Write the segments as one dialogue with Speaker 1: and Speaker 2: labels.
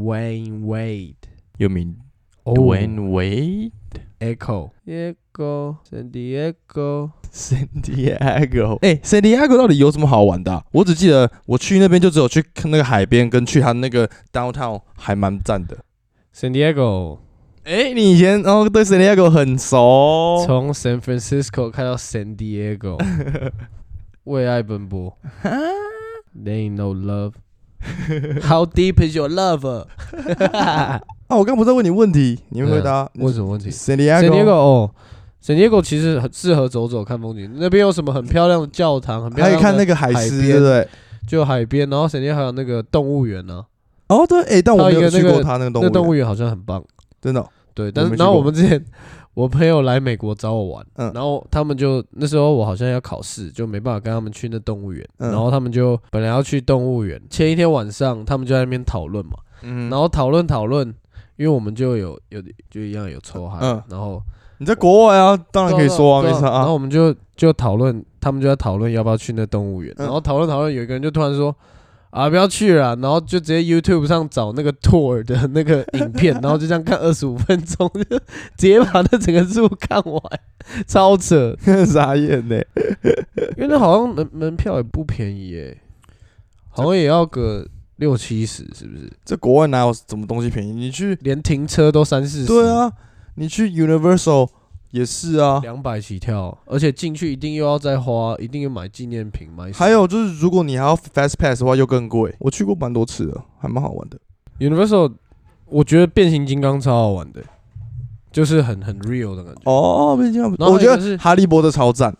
Speaker 1: Dwayne Wade、
Speaker 2: 又名
Speaker 3: Oh.
Speaker 2: Dwayne Wade、
Speaker 1: Echo、
Speaker 3: Diego San Diego，
Speaker 2: San Diego。哎、s a n Diego 到底有什么好玩的啊、我只记得我去那边就只有去看那个海边，跟去他那个 downtown 还蛮赞的。
Speaker 3: San Diego
Speaker 2: 哎、你以前哦对 San Diego 很熟，
Speaker 3: 从 San Francisco 开到 San Diego，为爱奔波。There ain't no love. How deep is your love?
Speaker 2: 啊，我刚不是在问你问题，你会回答、
Speaker 3: 问什么问题？San
Speaker 2: San Diego，,
Speaker 3: Diego 哦，San Diego 其实很适合走走看风景，那边有什么很漂亮的教堂，很漂
Speaker 2: 还可以
Speaker 3: 亮
Speaker 2: 看那
Speaker 3: 的
Speaker 2: 个海
Speaker 3: 海
Speaker 2: 狮，
Speaker 3: 边
Speaker 2: 对不对？
Speaker 3: 就海边，然后 San Diego 还有那个动物园呢，
Speaker 2: 哦，对，哎、但我
Speaker 3: 还
Speaker 2: 没
Speaker 3: 有一
Speaker 2: 有
Speaker 3: 个那
Speaker 2: 去
Speaker 3: 个
Speaker 2: 过他那个动物
Speaker 3: 那
Speaker 2: 园，
Speaker 3: 动物园好像很棒。
Speaker 2: 真的哦、
Speaker 3: 对，但
Speaker 2: 我
Speaker 3: 是
Speaker 2: 没
Speaker 3: 然
Speaker 2: 去
Speaker 3: 后我
Speaker 2: 过
Speaker 3: 们之前，我朋友来美国找我玩，
Speaker 2: 嗯
Speaker 3: 然后他们就那时候我好像要考试，就没办法跟他们去那动物园，
Speaker 2: 嗯
Speaker 3: 然后他们就本来要去动物园，前一天晚上他们就在那边讨论嘛，
Speaker 2: 嗯
Speaker 3: 然后讨论讨论，因为我们就有有就一样有抽嗨，
Speaker 2: 嗯
Speaker 3: 然后
Speaker 2: 你在国外啊，当然可以说啊，
Speaker 3: 对
Speaker 2: 没
Speaker 3: 对
Speaker 2: 啥、
Speaker 3: 然后
Speaker 2: 啊。
Speaker 3: 我们就就讨论，他们就在讨论要不要去那动物园，
Speaker 2: 嗯
Speaker 3: 然后讨论讨论，有一个人就突然说。啊，不要去了啊，然后就直接 YouTube 上找那个 tour 的那个影 片，然后就这样看二十五分钟， 就直接把那整个书看完，超扯。
Speaker 2: 傻眼呢、
Speaker 3: 因为那好像门门票也不便宜耶、好像也要个六七十，是不是？
Speaker 2: 这国外哪有什么东西便宜？你去，
Speaker 3: 连停车都三四十。
Speaker 2: 对，啊，你去 Universal 也是啊。
Speaker 3: 两百起跳，而且进去一定又要再花，一定要买纪念品，买什么
Speaker 2: 还有就是，如果你还要 Fast Pass 的话，又更贵。我去过蛮多次的，还蛮好玩的。
Speaker 3: Universal，我觉得变形金刚超好玩的，就是很很 real 的感觉。
Speaker 2: 哦，变形金
Speaker 3: 然
Speaker 2: 刚，
Speaker 3: 后
Speaker 2: 我
Speaker 3: 还
Speaker 2: 觉
Speaker 3: 有一个
Speaker 2: 得
Speaker 3: 是
Speaker 2: 哈利波特超赞，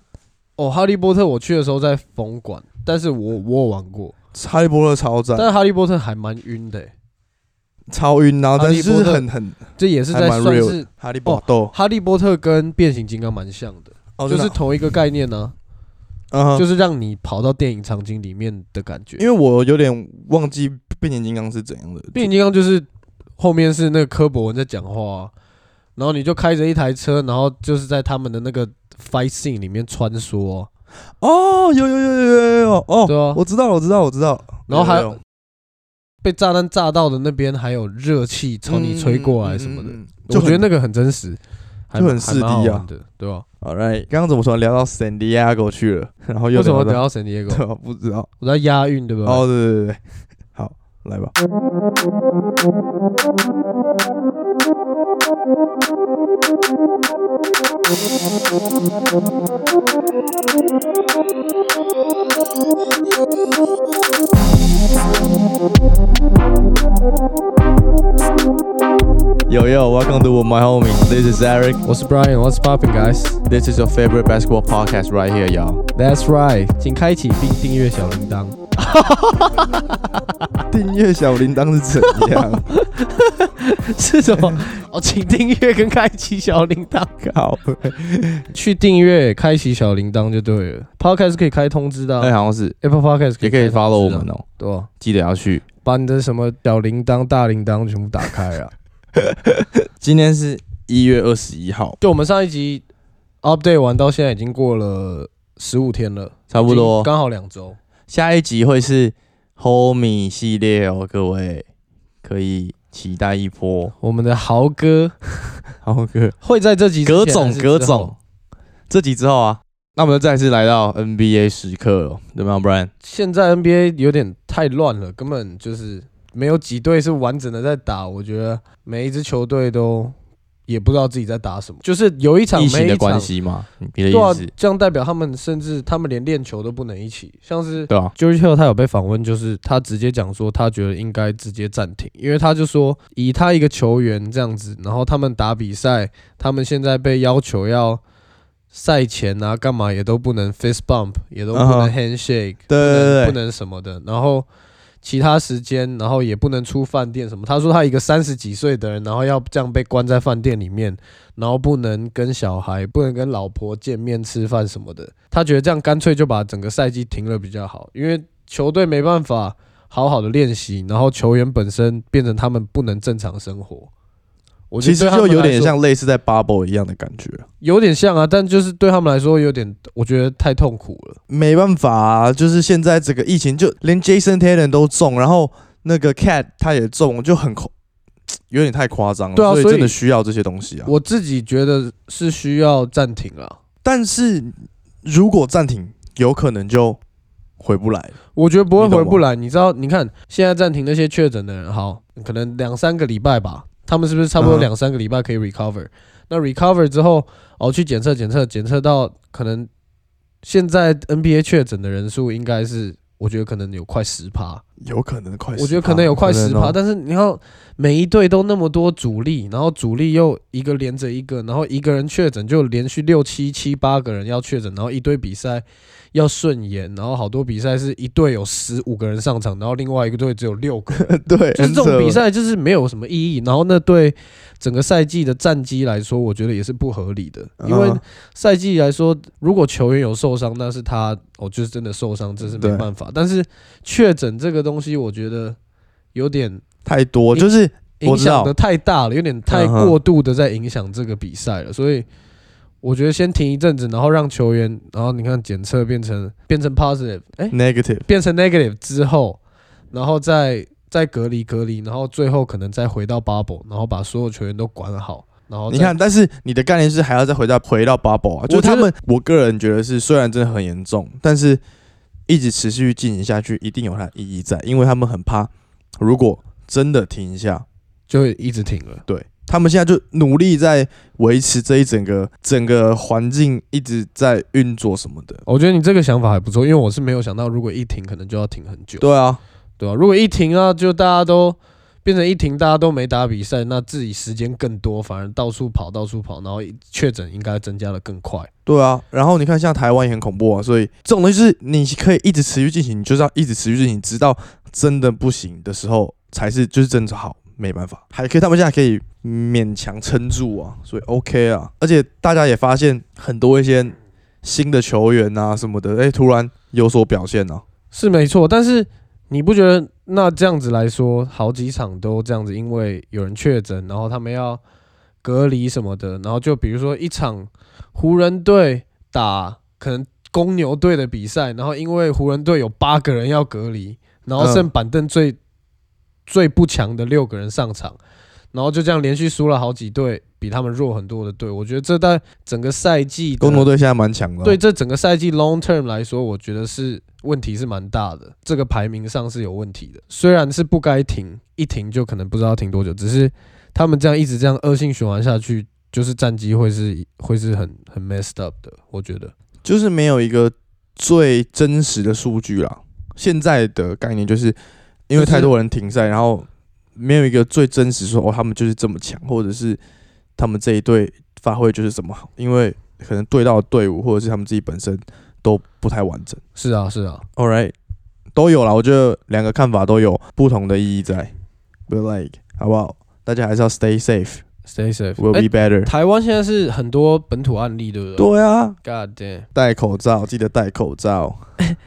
Speaker 3: 哦，哈利波特我去的时候在风馆，但是我我有玩过，
Speaker 2: 哈利波特超赞
Speaker 3: 但，是哈利波特还蛮晕的欸，
Speaker 2: 超晕，然后
Speaker 3: 哈
Speaker 2: 但
Speaker 3: 利
Speaker 2: 是
Speaker 3: 波
Speaker 2: 就是
Speaker 3: 特
Speaker 2: 很很
Speaker 3: 这也是
Speaker 2: 还
Speaker 3: 在
Speaker 2: 蛮
Speaker 3: 算
Speaker 2: real
Speaker 3: 是
Speaker 2: 的。哈利波特，
Speaker 3: 哈利波特跟变形金刚蛮像的，
Speaker 2: 哦，
Speaker 3: 就
Speaker 2: 真的
Speaker 3: 是同一个概念呢、
Speaker 2: 嗯哼，
Speaker 3: 就是让你跑到电影场景里面的感觉。
Speaker 2: 因为我有点忘记变形金刚是怎样的。
Speaker 3: 变形金刚就是后面是那个科博文在讲话、啊，然后你就开着一台车，然后就是在他们的那个 fight scene 里面穿梭啊、
Speaker 2: 哦，有有有有有有有哦，
Speaker 3: 对啊
Speaker 2: 我知道了，我知道了，我知道了。
Speaker 3: 然后还
Speaker 2: 有有有
Speaker 3: 被炸弹炸到的那边还有热气朝你吹过来什么的，
Speaker 2: 嗯嗯嗯嗯嗯
Speaker 3: 我觉得
Speaker 2: 很
Speaker 3: 那个很真实，还
Speaker 2: 就
Speaker 3: 蛮还
Speaker 2: 很四
Speaker 3: 蛮好
Speaker 2: D 啊
Speaker 3: 玩的，对吧？
Speaker 2: All right，刚刚怎么说聊到 San Diego 去了，然后又
Speaker 3: 为什么
Speaker 2: 聊
Speaker 3: 等
Speaker 2: 到
Speaker 3: 到 San Diego？
Speaker 2: 对啊不知道。
Speaker 3: 我在押韵，对吧？
Speaker 2: 哦，对对对 对，好，来吧。Yo yo, welcome to my homie. This is Eric.
Speaker 3: 我是 Brian，What's popping guys？That's
Speaker 2: This is your favorite basketball podcast right here, y'all.
Speaker 3: right，请开启并订阅小铃 铛。
Speaker 2: 订阅小铃铛是怎样？
Speaker 3: 是什么？ 哦，请订阅跟开启小铃 铛，
Speaker 2: 靠！
Speaker 3: 去订阅、开启小铃铛就对了。Podcast 可以开通知的啊、
Speaker 2: 哎，好像是，
Speaker 3: Apple Podcast
Speaker 2: 也可以
Speaker 3: 开通知
Speaker 2: follow 我
Speaker 3: 的啊
Speaker 2: 们，哦，
Speaker 3: 对吧？
Speaker 2: 记得要去。
Speaker 3: 把你的什么小铃铛、大铃铛全部打开啊！
Speaker 2: 今天是一月二十一号，
Speaker 3: 就我们上一集 update 完到现在已经过了十五天了，
Speaker 2: 差不
Speaker 3: 已经
Speaker 2: 多。
Speaker 3: 刚好两周。
Speaker 2: 下一集会是 Homie 系列哦，各位可以期待一波。
Speaker 3: 我们的豪哥
Speaker 2: 好哥，
Speaker 3: 会在这集之前
Speaker 2: 葛总
Speaker 3: 还是之后
Speaker 2: 葛总，这集之后啊，那我们就再次来到 NBA 时刻了，对吗，Brian？
Speaker 3: 现在 NBA 有点太乱了，根本就是没有几队是完整的在打。我觉得每一支球队都也不知道自己在打什么，就是有一场
Speaker 2: 疫
Speaker 3: 没
Speaker 2: 情
Speaker 3: 一
Speaker 2: 的
Speaker 3: 场。
Speaker 2: 关系嘛，你的
Speaker 3: 对啊
Speaker 2: 意思？，
Speaker 3: 这样代表他们甚至他们连练球都不能一起，像是
Speaker 2: 对啊，
Speaker 3: George Hill 他有被访问，就是他直接讲说，他觉得应该直接暂停，因为他就说以他一个球员这样子，然后他们打比赛，他们现在被要求要赛前啊干嘛也都不能 fist bump，也都不
Speaker 2: 嗯
Speaker 3: 能
Speaker 2: 哼
Speaker 3: handshake，
Speaker 2: 对对对对
Speaker 3: 不能不能什么的，然后。其他时间，然后也不能出饭店什么。他说他一个三十几岁的人，然后要这样被关在饭店里面，然后不能跟小孩、不能跟老婆见面吃饭什么的。他觉得这样干脆就把整个赛季停了比较好，因为球队没办法好好的练习，然后球员本身变成他们不能正常生活。我觉
Speaker 2: 其
Speaker 3: 得
Speaker 2: 实
Speaker 3: 对他
Speaker 2: 就
Speaker 3: 们
Speaker 2: 有
Speaker 3: 来
Speaker 2: 点
Speaker 3: 说
Speaker 2: 像类似在 Bubble 一样的感觉。
Speaker 3: 有点像啊，但就是对他们来说有点，我觉得太痛苦了。
Speaker 2: 没办法、啊，就是现在整个疫情，就连 Jason Tatum 都中，然后那个 cat 他也中，就很恐，有点太夸张了。
Speaker 3: 对啊
Speaker 2: 所以
Speaker 3: 所以
Speaker 2: 真的需要这些东西啊。
Speaker 3: 我自己觉得是需要暂停了，
Speaker 2: 但是如果暂停，有可能就回不来了。
Speaker 3: 我觉得不会
Speaker 2: 你懂
Speaker 3: 回
Speaker 2: 吗
Speaker 3: 不来。你知道，你看现在暂停那些确诊的人，好，可能两三个礼拜吧，他们是不是差不多
Speaker 2: 嗯
Speaker 3: 两三个礼拜可以 recover？、那 recover 之后，哦，去检测检测检测到可能现在 NBA 确诊的人数应该是，我觉得可能有快十趴。
Speaker 2: 有可能快10%，
Speaker 3: 我觉得可能有快十
Speaker 2: 可能
Speaker 3: 趴，
Speaker 2: 哦
Speaker 3: 但是你要每一队都那么多主力，然后主力又一个连着一个，然后一个人确诊就连续六七七八个人要确诊，然后一堆比赛要顺延，然后好多比赛是一队有十五个人上场，然后另外一个队只有六个人，
Speaker 2: 对，
Speaker 3: 就是这
Speaker 2: 很扯
Speaker 3: 种比赛就是没有什么意义。然后那对整个赛季的战绩来说，我觉得也是不合理的，因为
Speaker 2: 嗯
Speaker 3: 赛季来说，如果球员有受伤，那是他哦，就是真的受伤，这是没
Speaker 2: 对嗯
Speaker 3: 办法。但是确诊这个东西，我觉得有点
Speaker 2: 太多，
Speaker 3: 你
Speaker 2: 就是我
Speaker 3: 影
Speaker 2: 知道
Speaker 3: 响的太大了，有点太
Speaker 2: 嗯哼
Speaker 3: 过度的在影响这个比赛了。所以我觉得先停一阵子，然后让球员，然后你看检测变成变成 positive，哎、
Speaker 2: negative。
Speaker 3: 变成 negative 之后，然后再再隔离隔离，然后最后可能再回到 bubble，然后把所有球员都管好，然后
Speaker 2: 你
Speaker 3: 再
Speaker 2: 看，但是你的概念是还要再回到回到 bubble 啊，就是
Speaker 3: 哦我觉
Speaker 2: 他
Speaker 3: 得
Speaker 2: 们，我个人觉得是虽然真的很严重，但是一直持续进行下去，一定有它的意义在，因为他们很怕，如果真的停一下，
Speaker 3: 就一直停了。
Speaker 2: 对他们现在就努力在维持这一整个整个环境一直在运作什么的。
Speaker 3: 我觉得你这个想法还不错，因为我是没有想到，如果一停可能就要停很久，
Speaker 2: 对啊，
Speaker 3: 对吧、如果一停啊，就大家都变成一停，大家都没打比赛，那自己时间更多，反而到处跑到处跑，然后确诊应该增加的更快。
Speaker 2: 对啊。然后你看，像台湾也很恐怖啊，所以这种东西是你可以一直持续进行，你就是要一直持续进行，直到真的不行的时候才是就是真的好，没办法。还可以，他们现在可以勉强撑住啊，所以 OK 啊。而且大家也发现很多一些新的球员啊什么的，哎、突然有所表现啊。
Speaker 3: 是没错，但是你不觉得那这样子来说，好几场都这样子，因为有人确诊，然后他们要隔离什么的，然后就比如说一场湖人队打可能公牛队的比赛，然后因为湖人队有八个人要隔离，然后
Speaker 2: 嗯
Speaker 3: 剩板凳最、最不强的六个人上场，然后就这样连续输了好几队比他们弱很多的队，我觉得这在整个赛季的
Speaker 2: 公牛队现在蛮强的啊、
Speaker 3: 对这整个赛季 long term 来说，我觉得是问题是蛮大的，这个排名上是有问题的。虽然是不该停，一停就可能不知道停多久，只是他们这样一直这样恶性循环下去，就是战绩会是会是很很 messed up 的，我觉得。
Speaker 2: 就是没有一个最真实的数据啦。现在的概念就是，因为太多人停赛，然后没有一个最真实说哦，他们就是这么强，或者是他们这一队发挥就是这么好，因为可能对到的队伍或者是他们自己本身都不太完整。
Speaker 3: 是啊，是啊，
Speaker 2: All right，都有啦，我觉得两个看法都有不同的意义在。But like，好不好？大家还是要 stay safe，will
Speaker 3: ，stay safe。
Speaker 2: be better。
Speaker 3: 台湾现在是很多本土案例，对不对？
Speaker 2: 对啊，
Speaker 3: God damn！
Speaker 2: 戴口罩，记得戴口罩。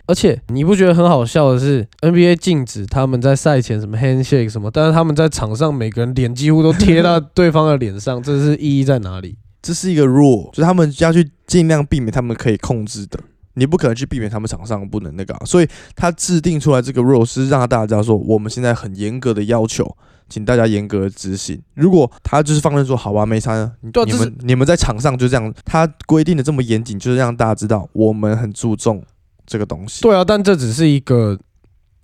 Speaker 3: 而且你不觉得很好笑的是，NBA 禁止他们在赛前什么 handshake 什么，但是他们在场上每个人脸几乎都贴到对方的脸上，这是意义在哪里？
Speaker 2: 这是一个 rule，就是他们要去尽量避免他们可以控制的，你不可能去避免他们场上不能那个、啊，所以他制定出来这个 rule 是让大家说我们现在很严格的要求，请大家严格地执行。如果他就是放任说好吧，没差呢，你
Speaker 3: 对啊
Speaker 2: 你
Speaker 3: 这是
Speaker 2: 们你们在场上就这样，他规定的这么严谨，就是让大家知道我们很注重这个东西，
Speaker 3: 对啊，但这只是一个，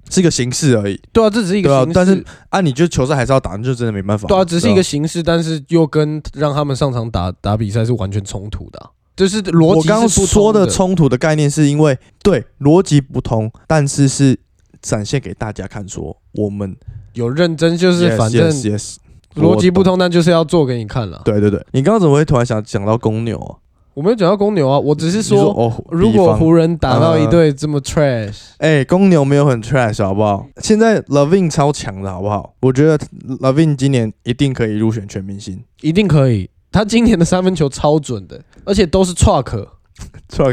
Speaker 2: 是一个形式而已。
Speaker 3: 对啊，这只是一
Speaker 2: 对
Speaker 3: 个
Speaker 2: 啊
Speaker 3: 形式，
Speaker 2: 但是啊，你就球赛还是要打，那就真的没办法。
Speaker 3: 对啊，只是一个形式，但是又跟让他们上场打打比赛是完全冲突的啊、就是逻辑
Speaker 2: 我刚刚
Speaker 3: 是不
Speaker 2: 说
Speaker 3: 通
Speaker 2: 的
Speaker 3: 的
Speaker 2: 冲突的概念，是因为对逻辑不同，但是是展现给大家看，说我们
Speaker 3: 有认真，就是
Speaker 2: yes,
Speaker 3: 反正
Speaker 2: yes, yes
Speaker 3: 逻辑不。
Speaker 2: 我懂
Speaker 3: 通，但就是要做给你看了。
Speaker 2: 对对对，你刚刚怎么会突然想讲到公牛啊？
Speaker 3: 我没有讲到公牛啊，我只是
Speaker 2: 你说
Speaker 3: 说，
Speaker 2: 哦，
Speaker 3: 如
Speaker 2: 比
Speaker 3: 果
Speaker 2: 方
Speaker 3: 湖人打到一
Speaker 2: 嗯
Speaker 3: 队这么 trash，
Speaker 2: 哎、公牛没有很 trash 好不好？现在 Lavin 超强的好不好？我觉得 Lavin 今年一定可以入选全明星。
Speaker 3: 一定可以。他今年的三分球超准的，而且都是 truck，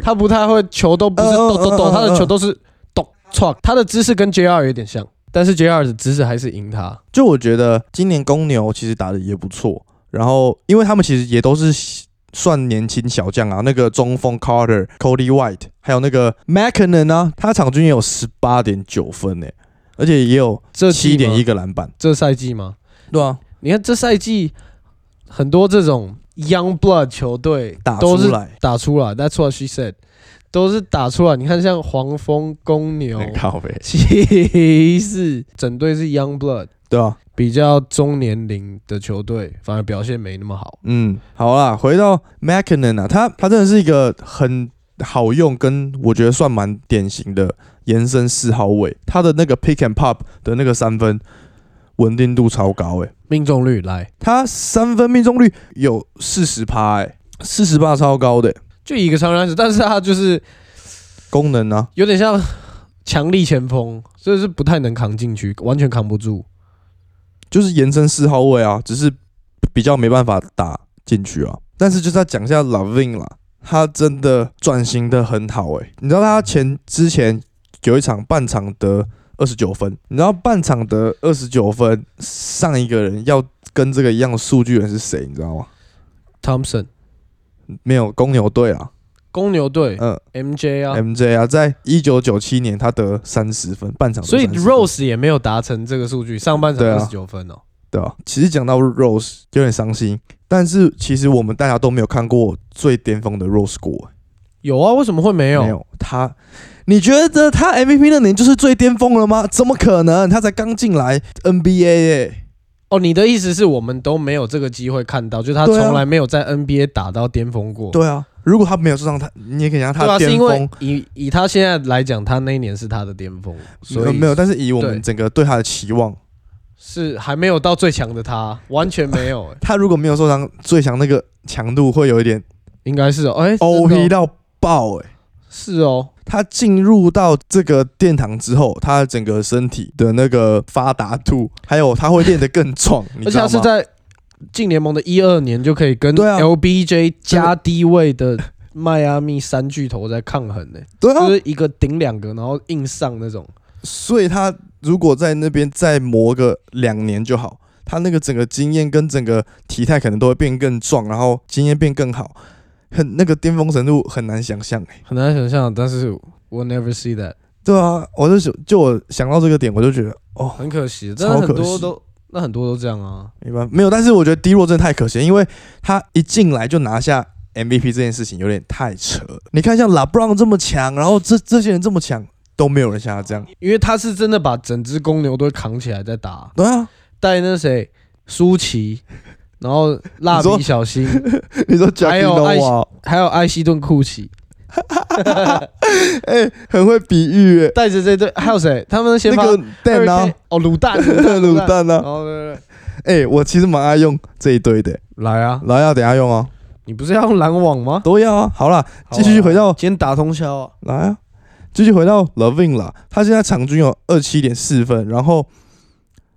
Speaker 3: 他不太会球都不是
Speaker 2: 嗯嗯
Speaker 3: 抖抖
Speaker 2: 嗯嗯
Speaker 3: 抖，他的
Speaker 2: 嗯
Speaker 3: 球都是咚 truck。他的姿势跟 JR 有点像，但是 JR 的姿势还是赢他。
Speaker 2: 就我觉得今年公牛其实打的也不错，然后因为他们其实也都是算年轻小将啊，那个中锋 Carter、Cody White，还有那个 m c k i n n o n 啊，他场均也有十八点九分诶、而且也有
Speaker 3: 这季
Speaker 2: 七点
Speaker 3: 吗
Speaker 2: 一个篮板，
Speaker 3: 这赛季吗？
Speaker 2: 对啊，
Speaker 3: 你看这赛季很多这种 Young Blood 球队
Speaker 2: 打
Speaker 3: 啊都
Speaker 2: 出
Speaker 3: 是
Speaker 2: 来，
Speaker 3: 打出来，That's what she said，都是打出来。你看像黄蜂、公牛、
Speaker 2: 靠呗，
Speaker 3: 骑士，整队是 Young Blood，
Speaker 2: 对啊，
Speaker 3: 比较中年龄的球队，反而表现没那么好。
Speaker 2: 嗯，好啦，回到 m a c k i n o n 啊，他他真的是一个很好用，跟我觉得算蛮典型的延伸四号位，他的那个 pick and pop 的那个三分稳定度超高、欸，
Speaker 3: 命中率来，
Speaker 2: 他三分命中率有四十趴，哎，四十趴超高的欸、
Speaker 3: 就一个长篮子，但是他就是
Speaker 2: 功能啊，
Speaker 3: 有点像强力前锋，所以是不太能扛进去，完全扛不住。
Speaker 2: 就是延伸四号位啊，只是比较没办法打进去啊。但是就是要讲一下 Lavin 啦，他真的转型的很好诶、你知道他前之前有一场半场得二十九分，你知道半场得二十九分，上一个人要跟这个一样的数据人是谁？你知道吗？
Speaker 3: Thompson
Speaker 2: 没有公牛队啊，
Speaker 3: 公牛队、
Speaker 2: 嗯
Speaker 3: MJ 啊，
Speaker 2: ，MJ 啊，在一九九七年他得三十分，半场得
Speaker 3: 所以
Speaker 2: 30分
Speaker 3: Rose 也没有达成这个数据，上半场
Speaker 2: 对啊
Speaker 3: 二十九分哦。
Speaker 2: 对啊，其实讲到 Rose 有点伤心，但是其实我们大家都没有看过最巅峰的 Rose 过、
Speaker 3: 有啊，为什么会没有？
Speaker 2: 没有他，你觉得他 MVP 那年就是最巅峰了吗？怎么可能？他才刚进来 NBA 耶、
Speaker 3: 哦，你的意思是我们都没有这个机会看到，就是他
Speaker 2: 对啊
Speaker 3: 从来没有在 NBA 打到巅峰过。
Speaker 2: 对啊，如果他没有受伤，他你也可以讲他
Speaker 3: 对啊，是
Speaker 2: 巅
Speaker 3: 因为
Speaker 2: 峰。
Speaker 3: 以以他现在来讲，他那一年是他的巅峰，所
Speaker 2: 呃
Speaker 3: 以
Speaker 2: 没有，但是以我们
Speaker 3: 对
Speaker 2: 整个对他的期望，
Speaker 3: 是还没有到最强的他，完全没有、欸，
Speaker 2: 他如果没有受伤，最强那个强度会有一点
Speaker 3: 应该是哦，哎、
Speaker 2: O
Speaker 3: 真
Speaker 2: P
Speaker 3: 的哦
Speaker 2: 到爆哎、
Speaker 3: 是哦，
Speaker 2: 他进入到这个殿堂之后，他整个身体的那个发达度，还有他会练得更壮， 你
Speaker 3: 而
Speaker 2: 知
Speaker 3: 且
Speaker 2: 道
Speaker 3: 他是
Speaker 2: 吗？
Speaker 3: 在进联盟的一二年就可以跟
Speaker 2: 对啊
Speaker 3: LBJ 加低位的迈阿密三巨头在抗衡呢、
Speaker 2: 对啊
Speaker 3: 就，是一个顶两个，然后硬上那种。
Speaker 2: 所以他如果在那边再磨个两年就好，他那个整个经验跟整个体态可能都会变更壮，然后经验变更好，很那个巅峰程度很难想象哎、
Speaker 3: 很难想象，但是 we never see that，
Speaker 2: 对啊，我就想就我想到这个点，我就觉得哦，
Speaker 3: 很可惜，但
Speaker 2: 超
Speaker 3: 是很
Speaker 2: 可
Speaker 3: 多
Speaker 2: 惜
Speaker 3: 都那很多都这样啊。
Speaker 2: 没办法，没有。但是我觉得低落真的太可惜了，因为他一进来就拿下 MVP 这件事情有点太扯了。你看像 LeBron 这么强，然后这这些人这么强，都没有人像他这样。
Speaker 3: 因为他是真的把整支公牛队扛起来在打，
Speaker 2: 对啊，
Speaker 3: 带那谁舒淇，然后蜡笔小新，
Speaker 2: 你说 j a
Speaker 3: 还
Speaker 2: c k
Speaker 3: 有
Speaker 2: i
Speaker 3: 艾
Speaker 2: n
Speaker 3: 希
Speaker 2: o
Speaker 3: 还有埃希顿库奇，
Speaker 2: 哎、很会比喻、欸。
Speaker 3: 带着这队还有谁？他们先
Speaker 2: 那
Speaker 3: 发
Speaker 2: 个蛋啊
Speaker 3: 2K，哦卤 蛋
Speaker 2: 卤
Speaker 3: 蛋，
Speaker 2: 蛋啊，
Speaker 3: 哦对对对，
Speaker 2: 哎、我其实蛮爱用这一堆的、
Speaker 3: 来啊，
Speaker 2: 来啊，等一下用啊，
Speaker 3: 你不是要用篮网吗？
Speaker 2: 都要啊。好啦，
Speaker 3: 好啊
Speaker 2: 继续回到
Speaker 3: 今天打通宵啊，
Speaker 2: 来啊，继续回到 Levin 啦，他现在场均有二七点四分，然后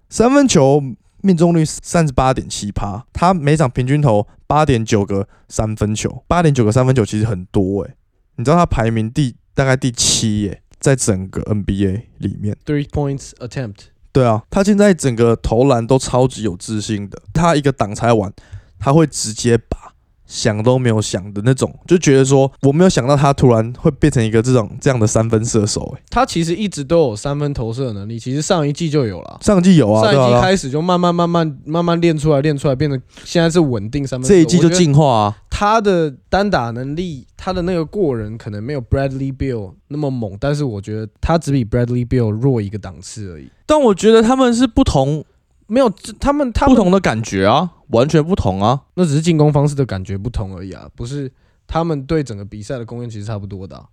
Speaker 2: 三分球命中率三十八点七趴，他每场平均投八点九个三分球，八点九个三分球其实很多诶、你知道他排名第大概第七耶、在整个 NBA 里面。
Speaker 3: three points attempt，
Speaker 2: 对啊，他现在整个投篮都超级有自信的，他一个挡拆完，他会直接把想都没有想的那种，就觉得说我没有想到他突然会变成一个这种这样的三分射手、欸。
Speaker 3: 他其实一直都有三分投射能力，其实上一季就有了。
Speaker 2: 上季有啊，
Speaker 3: 上
Speaker 2: 对
Speaker 3: 一季
Speaker 2: 啊，
Speaker 3: 开始就慢慢慢慢慢慢练出来，练出来，变成现在是稳定三分射。
Speaker 2: 这一季
Speaker 3: 我
Speaker 2: 就
Speaker 3: 觉得
Speaker 2: 进化啊，
Speaker 3: 他的单打能力，他的那个过人可能没有 Bradley Beal 那么猛，但是我觉得他只比 Bradley Beal 弱一个档次而已。
Speaker 2: 但我觉得他们是不同
Speaker 3: 没有，这他们他
Speaker 2: 不
Speaker 3: 们
Speaker 2: 同的感觉啊，完全不同啊。
Speaker 3: 那只是进攻方式的感觉不同而已啊，不是他们对整个比赛的贡献其实差不多的啊、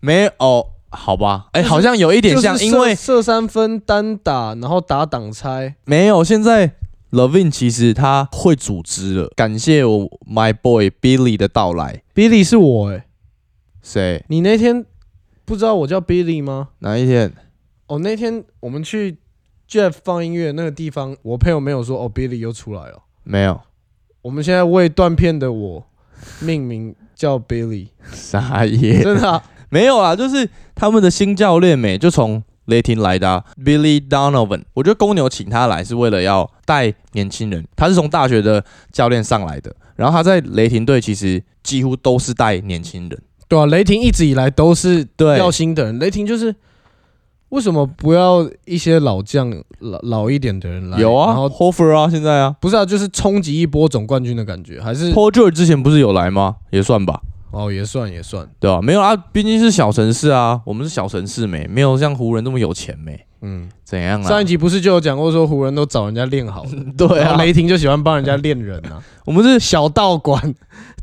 Speaker 2: 没哦，好吧，哎、
Speaker 3: 好
Speaker 2: 像有一
Speaker 3: 就是射射三分、单打，然后打挡拆，
Speaker 2: 没有，现在 Levin 其实他会组织了，感谢我 My Boy Billy 的到来。
Speaker 3: Billy 是我诶、
Speaker 2: 谁？
Speaker 3: 你那天不知道我叫 Billy 吗？
Speaker 2: 哪一天？
Speaker 3: 哦，那天我们去 Jeff 放音乐那个地方，我朋友没有说哦，Billy 又出来了。
Speaker 2: 没有，
Speaker 3: 我们现在为断片的我命名叫 Billy，
Speaker 2: 傻耶！
Speaker 3: 真的啊、
Speaker 2: 没有啊，就是他们的新教练没，就从雷霆来的啊、Billy Donovan。我觉得公牛请他来是为了要带年轻人，他是从大学的教练上来的，然后他在雷霆队其实几乎都是带年轻人。
Speaker 3: 对啊，雷霆一直以来都是
Speaker 2: 对
Speaker 3: 要新的人，雷霆就是为什么不要一些老将老老一点的人来？
Speaker 2: 有啊
Speaker 3: 然后
Speaker 2: ，Hofer 啊，现在啊
Speaker 3: 不是啊，就是冲击一波总冠军的感觉，还是
Speaker 2: ，Paul George 之前不是有来吗？也算吧，
Speaker 3: 哦也算也算，
Speaker 2: 对吧、没有啊，毕竟是小城市啊，我们是小城市没，没有像湖人那么有钱没，
Speaker 3: 嗯，
Speaker 2: 怎样
Speaker 3: 上
Speaker 2: 啊
Speaker 3: 一？集不是就有讲过说湖人都找人家练好的，
Speaker 2: 对
Speaker 3: 然
Speaker 2: 啊
Speaker 3: 后，雷霆就喜欢帮人家练人 啊，
Speaker 2: 我们是，
Speaker 3: 小道馆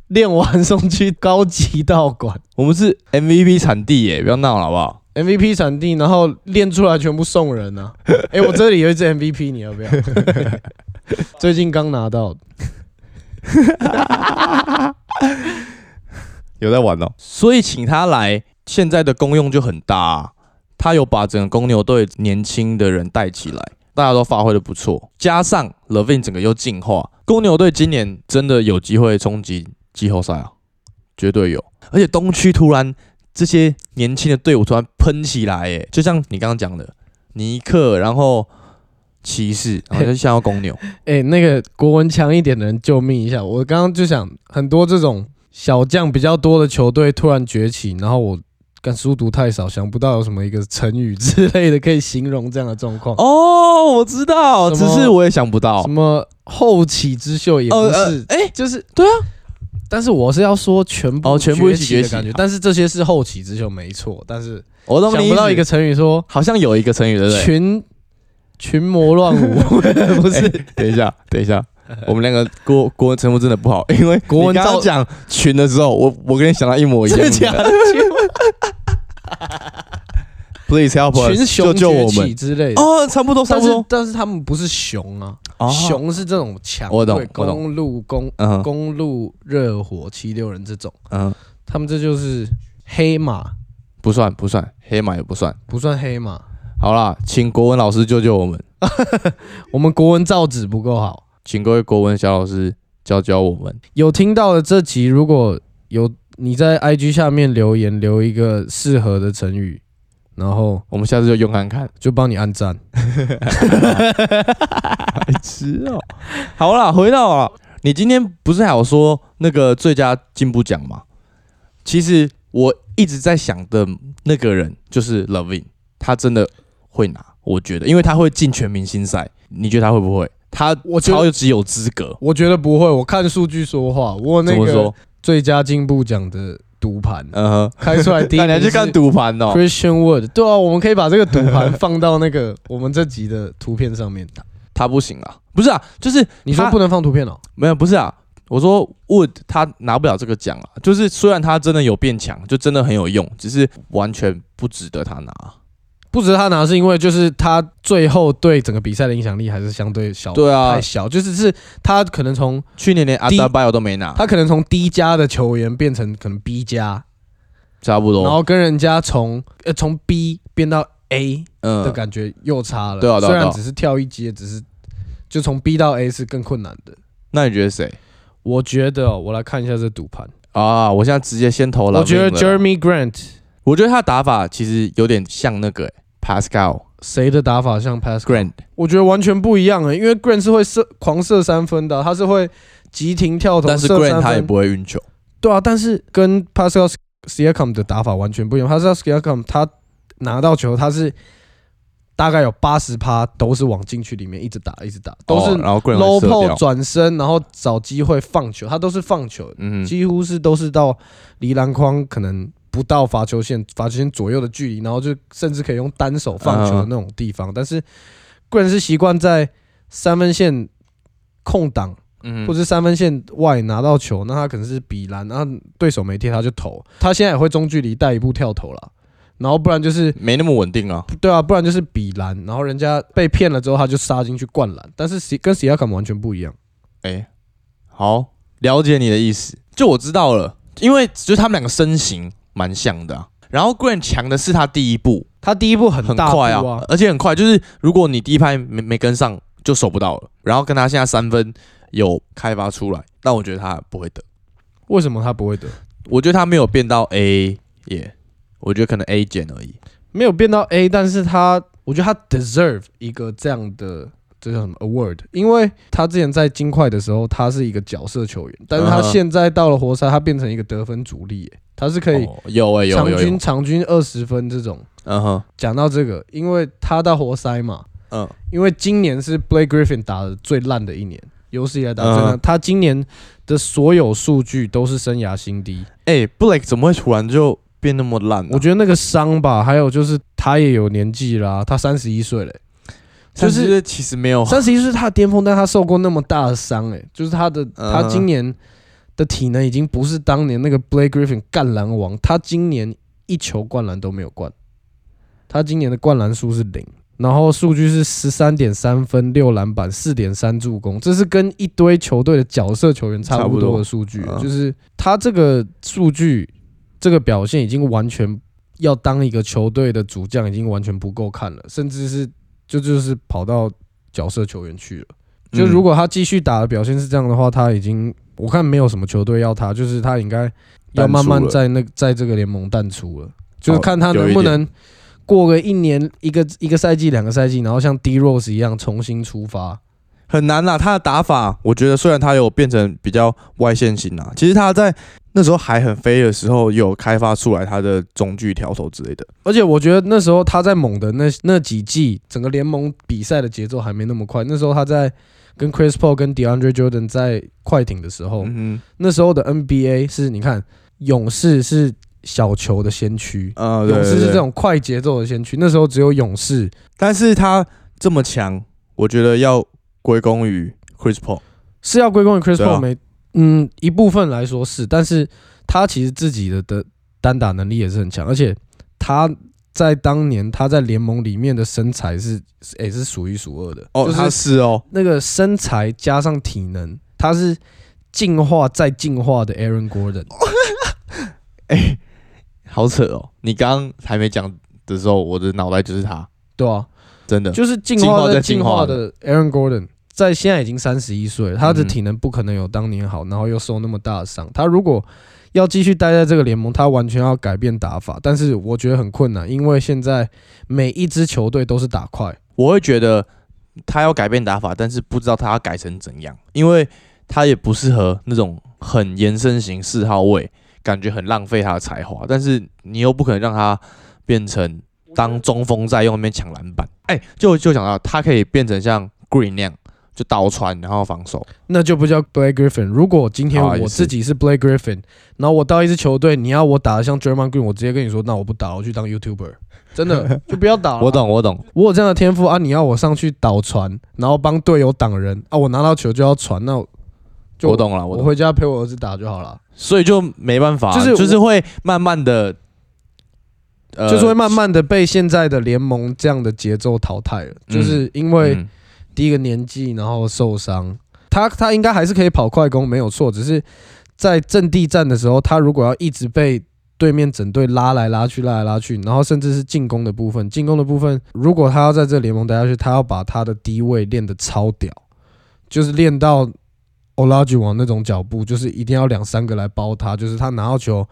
Speaker 3: 练完送去高级道馆
Speaker 2: 我们是 MVP 产地耶，不要闹了好不好？
Speaker 3: MVP 产地，然后练出来全部送人啊。哎、我这里有一支 MVP，你要 不要？最近刚拿到的，
Speaker 2: 有在玩哦，所以请他来，现在的功用就很大、啊，他有把整个公牛队年轻的人带起来，大家都发挥的不错，加上 Levin 整个又进化，公牛队今年真的有机会冲击季后赛啊，绝对有，而且东区突然这些年轻的队伍突然喷起来，耶，就像你刚刚讲的尼克，然后骑士，然后就像到公牛，
Speaker 3: 哎、那个国文强一点的人救命一下！我刚刚就想，很多这种小将比较多的球队突然崛起，然后我干书读太少，想不到有什么一个成语 之类的可以形容这样的状况。
Speaker 2: 哦，我知道，
Speaker 3: 什
Speaker 2: 只
Speaker 3: 么
Speaker 2: 是我也想不到
Speaker 3: 什，么后起之秀也不
Speaker 2: 哦
Speaker 3: 是，
Speaker 2: 呃
Speaker 3: 哎、就是对啊。但是我是要说全部
Speaker 2: 哦全部一起
Speaker 3: 崛的
Speaker 2: 崛起哦
Speaker 3: 感觉
Speaker 2: 好，
Speaker 3: 但是这些是后起之秀没错，但是
Speaker 2: 我都
Speaker 3: 想不到一个成语说
Speaker 2: 好像有一个成语，对不对？
Speaker 3: 群群魔乱舞， 不是、
Speaker 2: 等一下，等一下，我们两个国国文程度真的不好， 因为
Speaker 3: 国文
Speaker 2: 你刚刚
Speaker 3: 造
Speaker 2: 讲群的时候，我我跟你想到一模一样
Speaker 3: 真的假的？
Speaker 2: Please help
Speaker 3: 群
Speaker 2: us，
Speaker 3: 群
Speaker 2: 救
Speaker 3: 雄
Speaker 2: 救我
Speaker 3: 崛
Speaker 2: 们
Speaker 3: 起！之类的。
Speaker 2: 哦，差不多，差
Speaker 3: 但
Speaker 2: 不
Speaker 3: 是
Speaker 2: 多。
Speaker 3: 但是他们不是熊啊，
Speaker 2: 哦，
Speaker 3: 熊是这种强
Speaker 2: 我懂
Speaker 3: 队，
Speaker 2: 我懂
Speaker 3: 公路公
Speaker 2: 嗯哼
Speaker 3: 公路热火七六人这种，
Speaker 2: 嗯，
Speaker 3: 他们这就是黑马，
Speaker 2: 不算不算，黑马也不算。
Speaker 3: 不算黑马。
Speaker 2: 好啦，请国文老师救救我们，
Speaker 3: 我们国文造纸不够好。
Speaker 2: 请各位国文小老师教教我们。
Speaker 3: 有听到的这集，如果有你在 IG 下面留言留一个适合的成语，然后
Speaker 2: 我们下次就用看看。
Speaker 3: 就帮你按赞。
Speaker 2: 白痴哦。好啦，回到啊，你今天不是还有说那个最佳进步奖吗？其实我一直在想的那个人就是 Levin，他真的会拿，我觉得，因为他会进全明星赛。你觉得他会不会？他
Speaker 3: 我觉得
Speaker 2: 超级有资格。
Speaker 3: 我觉得不会，我看数据说话。我
Speaker 2: 怎
Speaker 3: 那
Speaker 2: 么
Speaker 3: 个
Speaker 2: 说？
Speaker 3: 最佳进步奖的赌 盘
Speaker 2: 嗯哼，
Speaker 3: 开出来第一
Speaker 2: 那你
Speaker 3: 名
Speaker 2: 还去
Speaker 3: 是
Speaker 2: 看赌盘哦？
Speaker 3: Christian Wood。对啊，我们可以把这个赌盘放到那个 我们这集的图片上面。
Speaker 2: 他不行啊，不是啊，就是
Speaker 3: 你说
Speaker 2: 他
Speaker 3: 不能放图片哦？
Speaker 2: 没有，不是啊，我说 Wood 他拿不了这个奖啊，就是虽然他真的有变强，就真的很有用，只是完全不值得他拿啊。
Speaker 3: 不止他拿，是因为就是他最后对整个比赛的影响力还是相对小，
Speaker 2: 对啊
Speaker 3: 太小，就是是他可能从
Speaker 2: 去年连阿
Speaker 3: 第
Speaker 2: 达巴友都没拿，
Speaker 3: 啊他可能从 D 加的球员变成可能 B 加，
Speaker 2: 差不多。
Speaker 3: 然后跟人家从呃从 B 变到 A 的
Speaker 2: 嗯，
Speaker 3: 感觉又差了。
Speaker 2: 对啊对
Speaker 3: 虽
Speaker 2: 啊对
Speaker 3: 然
Speaker 2: 啊
Speaker 3: 只是跳一阶，只是就从 B 到 A 是更困难的。
Speaker 2: 那你觉得谁
Speaker 3: 我觉得、哦，我来看一下这赌盘。
Speaker 2: 啊？我现在直接先投了。
Speaker 3: 我觉得 Jeremy Grant
Speaker 2: 我觉得他打法其实有点像那个、欸 Pascal
Speaker 3: 谁的打法像 Pass？
Speaker 2: Grant，
Speaker 3: 我觉得完全不一样诶、欸因为 Grant 是会射狂射三分的啊，他是会急停跳投
Speaker 2: 但是
Speaker 3: 射三
Speaker 2: Grant
Speaker 3: 分。
Speaker 2: 他也不会运球。
Speaker 3: 对啊，但是跟 Pascal Siakam 的打法完全不一样。Pascal Siakam 他拿到球，他是大概有八十趴都是往禁区里面一直打，一直打，都
Speaker 2: 哦
Speaker 3: 是
Speaker 2: 然后 Grant 会
Speaker 3: low
Speaker 2: 射
Speaker 3: p
Speaker 2: 掉
Speaker 3: 转身，然后找机会放球，他都是放球，
Speaker 2: 嗯哼，
Speaker 3: 几乎是都是到离篮筐可能不到罚球线、罚球线左右的距离，然后就甚至可以用单手放球的那种地方。但是 Grant 是习惯在三分线空档。
Speaker 2: 嗯
Speaker 3: 或
Speaker 2: 哼，
Speaker 3: 者三分线外拿到球，那他可能是比篮，然后对手没贴他就投，他现在也会中距离带一步跳投啦，然后不然就是
Speaker 2: 没那么稳定啊。
Speaker 3: 对啊，不然就是比篮，然后人家被骗了之后他就杀进去灌篮，但是谁跟 s i a 完全不一样。
Speaker 2: 哎、好，了解你的意思，就我知道了，因为就是他们两个身形蛮像的、啊。然后 Grant 强的是他第一步
Speaker 3: 他第一步很
Speaker 2: 很
Speaker 3: 大步
Speaker 2: 快啊，而且很快，就是如果你第一拍没没跟上，就守不到了。然后跟他现在三分有开发出来，但我觉得他不会得，
Speaker 3: 为什么他不会得？
Speaker 2: 我觉得他没有变到 A 耶，我觉得可能 A 减而已。
Speaker 3: 没有变到 A，但是他我觉得他 deserve 一个这样的。这叫什么 award？因为他之前在金块的时候，他是一个角色球员，但是他
Speaker 2: 嗯哼
Speaker 3: 现在到了活塞，他变成一个得分主力耶，他是可以
Speaker 2: 哦有哎、有
Speaker 3: 场
Speaker 2: 有有
Speaker 3: 均，场均二十分这种，
Speaker 2: 嗯哼，
Speaker 3: 讲到这个，因为他到活塞嘛，
Speaker 2: 嗯
Speaker 3: 因为今年是 Blake Griffin 打的最烂的一年，有史以来打得最烂。
Speaker 2: 嗯
Speaker 3: 他今年的所有数据都是生涯新低。
Speaker 2: 哎、b l a k e 怎么会突然就变那么烂、呢？啊
Speaker 3: 我觉得那个伤吧，还有就是他也有年纪啦，他三十一岁嘞，
Speaker 2: 就
Speaker 3: 就是
Speaker 2: 是其实没有
Speaker 3: 三十一岁是啊他的巅峰，但他受过那么大的伤，哎，就是他的
Speaker 2: 嗯
Speaker 3: 他今年的体能已经不是当年那个 Blake Griffin 灌篮王，他今年一球灌篮都没有灌，他今年的灌篮数是零。然后数据是十三点三分、六篮板、四点三助攻，这是跟一堆球队的角色球员差
Speaker 2: 差
Speaker 3: 不
Speaker 2: 不
Speaker 3: 多
Speaker 2: 多
Speaker 3: 的数据，
Speaker 2: 嗯
Speaker 3: 就是他这个数据、这个表现已经完全要当一个球队的主将，已经完全不够看了，甚至是就就是跑到角色球员去了。就如果他继续打的表现是这样的话，他已经我看没有什么球队要他，就是他应该要慢慢
Speaker 2: 淡出了
Speaker 3: 在那在这个联盟淡出了，就是
Speaker 2: 哦
Speaker 3: 看他能
Speaker 2: 有一
Speaker 3: 不
Speaker 2: 点
Speaker 3: 能过个一年一个一个赛季两个赛季，然后像 D Rose 一样重新出发。
Speaker 2: 嗯很难啦。他的打法，我觉得虽然他有变成比较外线型啦，其实他在那时候还很飞的时候，有开发出来他的中距调头之类的。
Speaker 3: 而且我觉得那时候他在猛的那那几季，整个联盟比赛的节奏还没那么快。那时候他在跟 Chris Paul 跟 DeAndre Jordan 在快艇的时候，
Speaker 2: 嗯
Speaker 3: 那时候的 NBA 是你看勇士是小球的先驱，
Speaker 2: 哼，呃，对
Speaker 3: 勇
Speaker 2: 对
Speaker 3: 士是
Speaker 2: 对
Speaker 3: 这种快节奏的先驱，那时候只有勇士。
Speaker 2: 但是他这么强，我觉得要归功于 Chris Paul。
Speaker 3: 是要归功于 Chris
Speaker 2: 对啊
Speaker 3: Paul 没？嗯，一部分来说是，但是他其实自己的的单打能力也是很强，而且他在当年他在联盟里面的身材是也、是数一数二的，
Speaker 2: 哦，
Speaker 3: 就
Speaker 2: 他
Speaker 3: 是
Speaker 2: 是哦，
Speaker 3: 那个身材加上体能，他是进化再进化的 Aaron Gordon。
Speaker 2: 好扯哦。你刚刚还没讲的时候，我的脑袋就是他，
Speaker 3: 对啊，
Speaker 2: 真的。
Speaker 3: 就是进
Speaker 2: 进
Speaker 3: 化
Speaker 2: 化
Speaker 3: 在
Speaker 2: 再
Speaker 3: 进
Speaker 2: 嗯进
Speaker 3: 化
Speaker 2: 化
Speaker 3: 的 Aaron Gordon，在现在已经三十一岁了，他的
Speaker 2: 嗯
Speaker 3: 体能不可能有当年好，然后又受那么大的伤。他如果要继续待在这个联盟，他完全要改变打法，但是我觉得很困难，因为现在每一支球队都是打快，
Speaker 2: 我会觉得他要改变打法，但是不知道他要改成怎样，因为他也不适合那种很延伸型四号位，感觉很浪费他的才华。但是你又不可能让他变成当中锋在用那边抢篮板， 哎、就就讲到他可以变成像 Green 那样，就倒穿然后防守，
Speaker 3: 那就不叫 Blake Griffin。如果今天
Speaker 2: 好啊也
Speaker 3: 我
Speaker 2: 是
Speaker 3: 自己是 Blake Griffin，然后我到一支球队，你要我打得像 Draymond Green，我直接跟你说，那我不打，我去当 YouTuber，真 的就不要打了。
Speaker 2: 我懂我懂，
Speaker 3: 我有这样的天赋啊，你要我上去倒传，然后帮队友挡人啊，我拿到球就要传，那我就
Speaker 2: 我，懂了，我
Speaker 3: 我
Speaker 2: 懂，
Speaker 3: 回家陪我儿子打就好了，
Speaker 2: 所以就没办法，
Speaker 3: 就是
Speaker 2: 就是会慢慢的，呃
Speaker 3: 就是会慢慢的被现在的联盟这样的节奏淘汰了，
Speaker 2: 嗯
Speaker 3: 就是因为
Speaker 2: 嗯
Speaker 3: 第一个年纪，然后受伤，他他应该还是可以跑快攻没有错，只是在阵地战的时候，他如果要一直被。对面整队拉来拉去，拉来拉去，然后甚至是进攻的部分，进攻的部分，如果他要在这联盟待下去，他要把他的低位练得超屌，就是练到 Olajuwon 那种脚步，就是一定要两三个来包他，就是他拿到球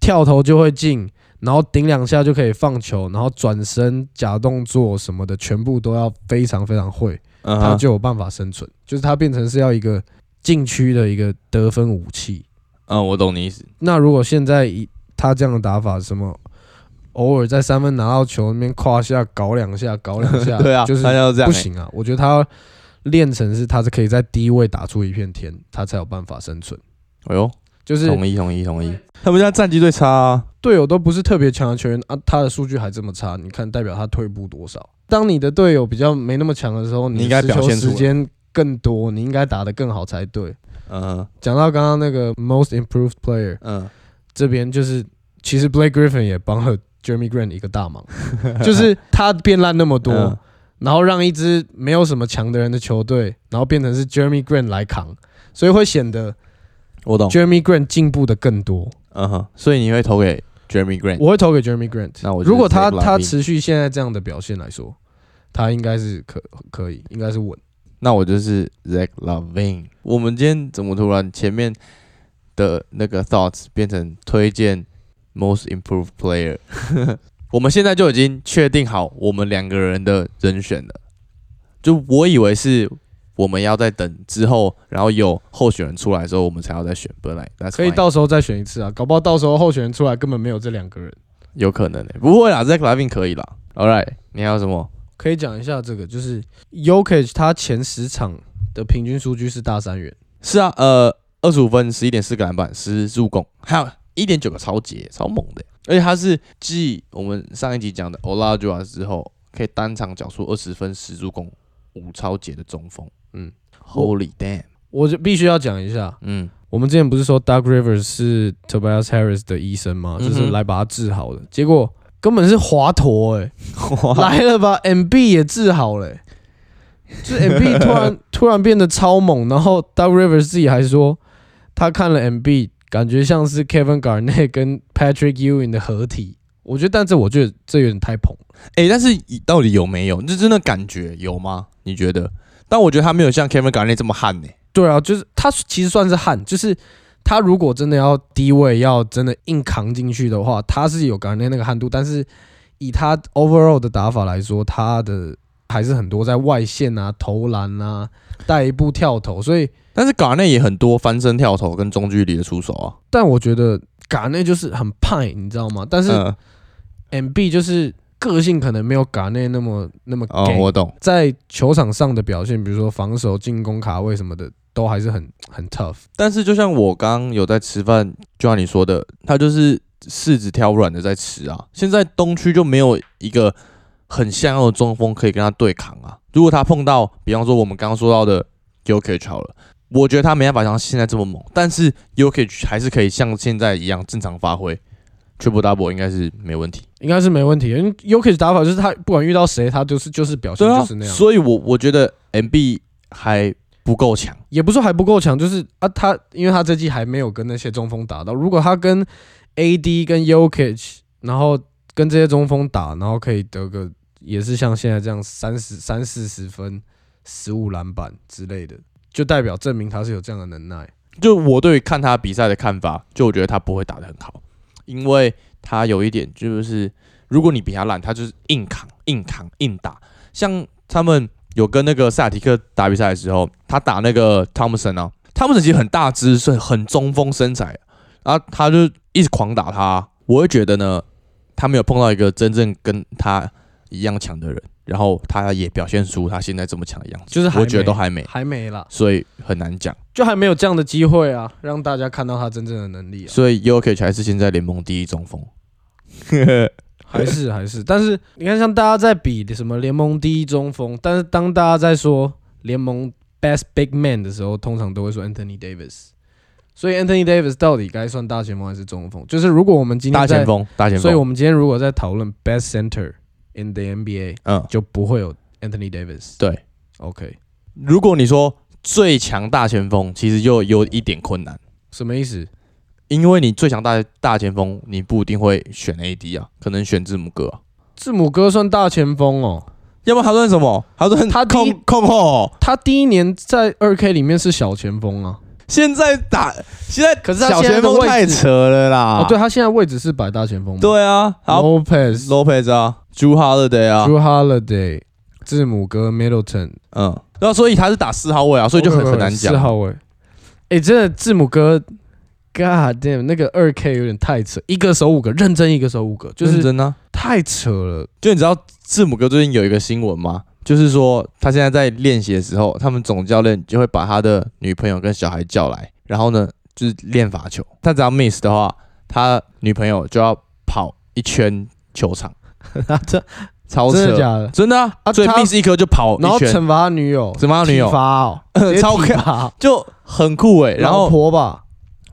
Speaker 3: 跳投就会进，然后顶两下就可以放球，然后转身假动作什么的，全部都要非常非常会，
Speaker 2: 嗯
Speaker 3: 他
Speaker 2: 哼
Speaker 3: 就有办法生存。就是他变成是要一个禁区的一个得分武器。
Speaker 2: 嗯，我懂你意思，
Speaker 3: 那如果现在以他这样的打法，什么偶尔在三分拿到球那边胯下搞两下，搞两下，
Speaker 2: 对啊，
Speaker 3: 就是
Speaker 2: 他要这样、
Speaker 3: 不
Speaker 2: 欸，
Speaker 3: 行啊！我觉得他要练成是他是可以在低位打出一片天，他才有办法生存。
Speaker 2: 哎呦。
Speaker 3: 就是
Speaker 2: 同意同意同意。他们家战绩最差、啊，
Speaker 3: 队友都不是特别强的球员啊，他的数据还这么差，你看代表他退步多少？当你的队友比较没那么强的时候，
Speaker 2: 你应该
Speaker 3: 持球
Speaker 2: 表现出
Speaker 3: 时
Speaker 2: 来
Speaker 3: 间更多，你应该打得更好才对。
Speaker 2: 嗯
Speaker 3: 讲到刚刚那个 Most Improved Player
Speaker 2: 嗯，
Speaker 3: 这边，就是其实 Blake Griffin 也帮了 Jeremy Grant 一个大 忙，就是他变烂那么多，
Speaker 2: 嗯
Speaker 3: 然后让一支没有什么强的人的球队，然后变成是 Jeremy Grant 来扛，所以会显得
Speaker 2: 我懂，
Speaker 3: Jeremy Grant 进步的更多。
Speaker 2: 嗯哼，所以你会投给 Jeremy Grant，
Speaker 3: 我会投给 Jeremy Grant。
Speaker 2: 哎那我就是
Speaker 3: 如果他
Speaker 2: Zach Lavine
Speaker 3: 他持续现在这样的表现来说，他应该是可可以，应该是稳。
Speaker 2: 那我就是 Zach Lavine。我们今天怎么突然前面的那个 thoughts 变成推荐 Most Improved Player？我们现在就已经确定好我们两个人的人选了。就我以为是我们要在等之后，然后有候选人出来的时候，我们才要再选。本来
Speaker 3: 可以到时候再选一次啊，搞不好到时候候选人出来根本没有这两个人，
Speaker 2: 有可能诶、欸不会啦，Zach Lavin 可以啦。All right，你还有什么？
Speaker 3: 可以讲一下这个，就是 Yokich 他前十场的平均数据是大三元，
Speaker 2: 是啊，呃，二十五分，十一点四个篮板，十助攻，还有一点九个超截，超猛的欸、而且他是继我们上一集讲的 Olajuwon 之后，可以单场缴出二十分、十助攻、五超截的中锋。嗯，Holy damn！
Speaker 3: 我就必须要讲一下。
Speaker 2: 嗯，
Speaker 3: 我们之前不是说 Doug Rivers 是 Tobias Harris 的医生吗？就
Speaker 2: 嗯
Speaker 3: 是
Speaker 2: 哼
Speaker 3: 来把他治好的，结果根本是滑头哎、来了吧，MB 也治好了欸、就是 MB 突然突然变得超猛，然后 Doug Rivers 自己还说，他看了 MB，感觉像是 Kevin Garnett 跟 Patrick Ewing 的合体。我觉得，但是我觉得这有点太捧了。
Speaker 2: 哎、但是以到底有没有？这真的感觉有吗？你觉得？但我觉得他没有像 Kevin Garnett 这么悍欸呢、
Speaker 3: 对啊，就是他其实算是悍，就是他如果真的要低位，要真的硬扛进去的话，他是有 Garnett 那个悍度，但是以他 overall 的打法来说，他的还是很多在外线啊、投篮啊、带一步跳投，所以
Speaker 2: 但是 Garnett 也很多翻身跳投跟中距离的出手啊。
Speaker 3: 但我觉得嘎内就是很派，你知道吗？但是
Speaker 2: 嗯
Speaker 3: M B 就是个性可能没有嘎内那么那么
Speaker 2: 哦，
Speaker 3: gay
Speaker 2: 我懂。
Speaker 3: 在球场上的表现，比如说防守、进攻、卡位什么的，都还是很很 tough。
Speaker 2: 但是就像我刚刚有在吃饭，就像你说的，他就是柿子挑软的在吃啊。现在东区就没有一个很像样的中锋可以跟他对抗啊。如果他碰到，比方说我们刚刚说到的 Yokich 好了，我觉得他没办法像现在这么猛，但是 Yokich 还是可以像现在一样正常发挥，Triple Double 应该是没问题。
Speaker 3: 应该是没问题，因为 u k i 打法就是他不管遇到谁，他就是就是表现
Speaker 2: 对啊
Speaker 3: 就是那，样，
Speaker 2: 所以我我觉得 MB 还不够强。
Speaker 3: 也不是说还不够强，就是啊他因为他这季还没有跟那些中锋打到，如果他跟 AD 跟 y o k i 然后跟这些中锋打，然后可以得个也是像现在这样三十三四十分、十五篮板之类的，就代表证明他是有这样的能耐。
Speaker 2: 就我对于看他比赛的看法，就我觉得他不会打得很好，因为他有一点就是，如果你比他烂，他就是硬扛、硬扛、硬打。像他们有跟那个萨提克打比赛的时候，他打那个汤姆森啊，汤姆森其实很大只，是很中锋身材，啊然后他就一直狂打他。我会觉得呢，他没有碰到一个真正跟他一样强的人，然后他也表现出他现在这么强的样子，
Speaker 3: 就是还
Speaker 2: 我觉得
Speaker 3: 没
Speaker 2: 都还没，
Speaker 3: 还没啦，
Speaker 2: 所以很难讲。
Speaker 3: 就还没有这样的机会啊，让大家看到他真正的能力啊。
Speaker 2: 所以 Yokich 还是现在联盟第一中锋。
Speaker 3: 还是还是，但是你看，像大家在比什么联盟第一中锋，但是当大家在说联盟 best big man 的时候，通常都会说 Anthony Davis。所以 Anthony Davis 到底该算大前锋还是中锋？就是如果我们今天
Speaker 2: 大前
Speaker 3: 在，
Speaker 2: 锋，大前锋。
Speaker 3: 所以我们今天如果在讨论 best center in the NBA，
Speaker 2: 嗯，
Speaker 3: 就不会有 Anthony Davis。
Speaker 2: 对。
Speaker 3: OK，
Speaker 2: 如果你说最强大前锋，其实就有一点困难，
Speaker 3: 什么意思？
Speaker 2: 因为你最强大大前锋，你不一定会选 AD 啊，可能选字母哥、啊，
Speaker 3: 字母哥算大前锋哦，
Speaker 2: 要不然他算什么？他算
Speaker 3: 他第一
Speaker 2: 控控后，
Speaker 3: 他第一年在二 K 里面是小前锋啊。
Speaker 2: 现在打现在
Speaker 3: 可是他
Speaker 2: 小前锋
Speaker 3: 现在的
Speaker 2: 太
Speaker 3: 位置
Speaker 2: 扯了啦。
Speaker 3: 哦，对他现在位置是摆大前锋吗？
Speaker 2: 啊对啊，然后
Speaker 3: ，Lopez、
Speaker 2: Lopez 啊，Drew Holiday 啊
Speaker 3: d r，e w Holiday、字母哥 Middleton，
Speaker 2: 嗯，那所以他是打四号位啊，所以就
Speaker 3: 哦
Speaker 2: 很很难讲
Speaker 3: 四。号位，哎、真的字母哥，God damn，那个二 K 有点太扯，一个手五个，认真一个手五个，就
Speaker 2: 认
Speaker 3: 是
Speaker 2: 真啊，
Speaker 3: 太扯 了。
Speaker 2: 就你知道字母哥最近有一个新闻吗？就是说他现在在练习的时候，他们总教练就会把他的女朋友跟小孩叫来，然后呢就是练罚球。他只要 miss 的话，他女朋友就要跑一圈球场，
Speaker 3: 这
Speaker 2: 超扯，
Speaker 3: 真的假的？
Speaker 2: 真的啊！
Speaker 3: 啊
Speaker 2: 所以
Speaker 3: 他
Speaker 2: miss 一颗就跑
Speaker 3: 然后
Speaker 2: 一圈，
Speaker 3: 惩罚他女友，
Speaker 2: 怎么样？女
Speaker 3: 体
Speaker 2: 友
Speaker 3: 罚哦，直接
Speaker 2: 超
Speaker 3: 体罚，
Speaker 2: 就很酷诶、然
Speaker 3: 老
Speaker 2: 后
Speaker 3: 婆吧，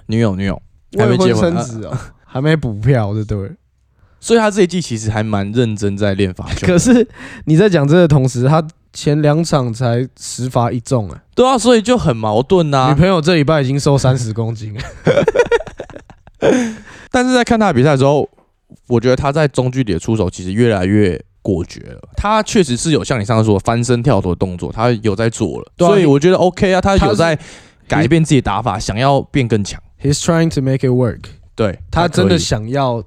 Speaker 2: 女友女友，还
Speaker 3: 未
Speaker 2: 没结
Speaker 3: 婚
Speaker 2: 婚啊
Speaker 3: 生子哦，还没补票，对 对了？
Speaker 2: 所以他这一季其实还蛮认真在练罚球。
Speaker 3: 可是你在讲这个同时，他前两场才十罚一中、哎、
Speaker 2: 对啊，所以就很矛盾啊呐、
Speaker 3: 女朋友这礼拜已经瘦三十公 斤了。
Speaker 2: 但是在看他的比赛的时候，我觉得他在中距离的出手其实越来越果决了。他确实是有像你上次说的翻身跳投的动作，他有在做了，
Speaker 3: 对啊
Speaker 2: 所以我觉得 OK 啊，他
Speaker 3: 他
Speaker 2: 有
Speaker 3: 是
Speaker 2: 在改变自己的打法，想要变更强。
Speaker 3: He's trying to make it work。
Speaker 2: 对
Speaker 3: 他真
Speaker 2: 可
Speaker 3: 的
Speaker 2: 以
Speaker 3: 想要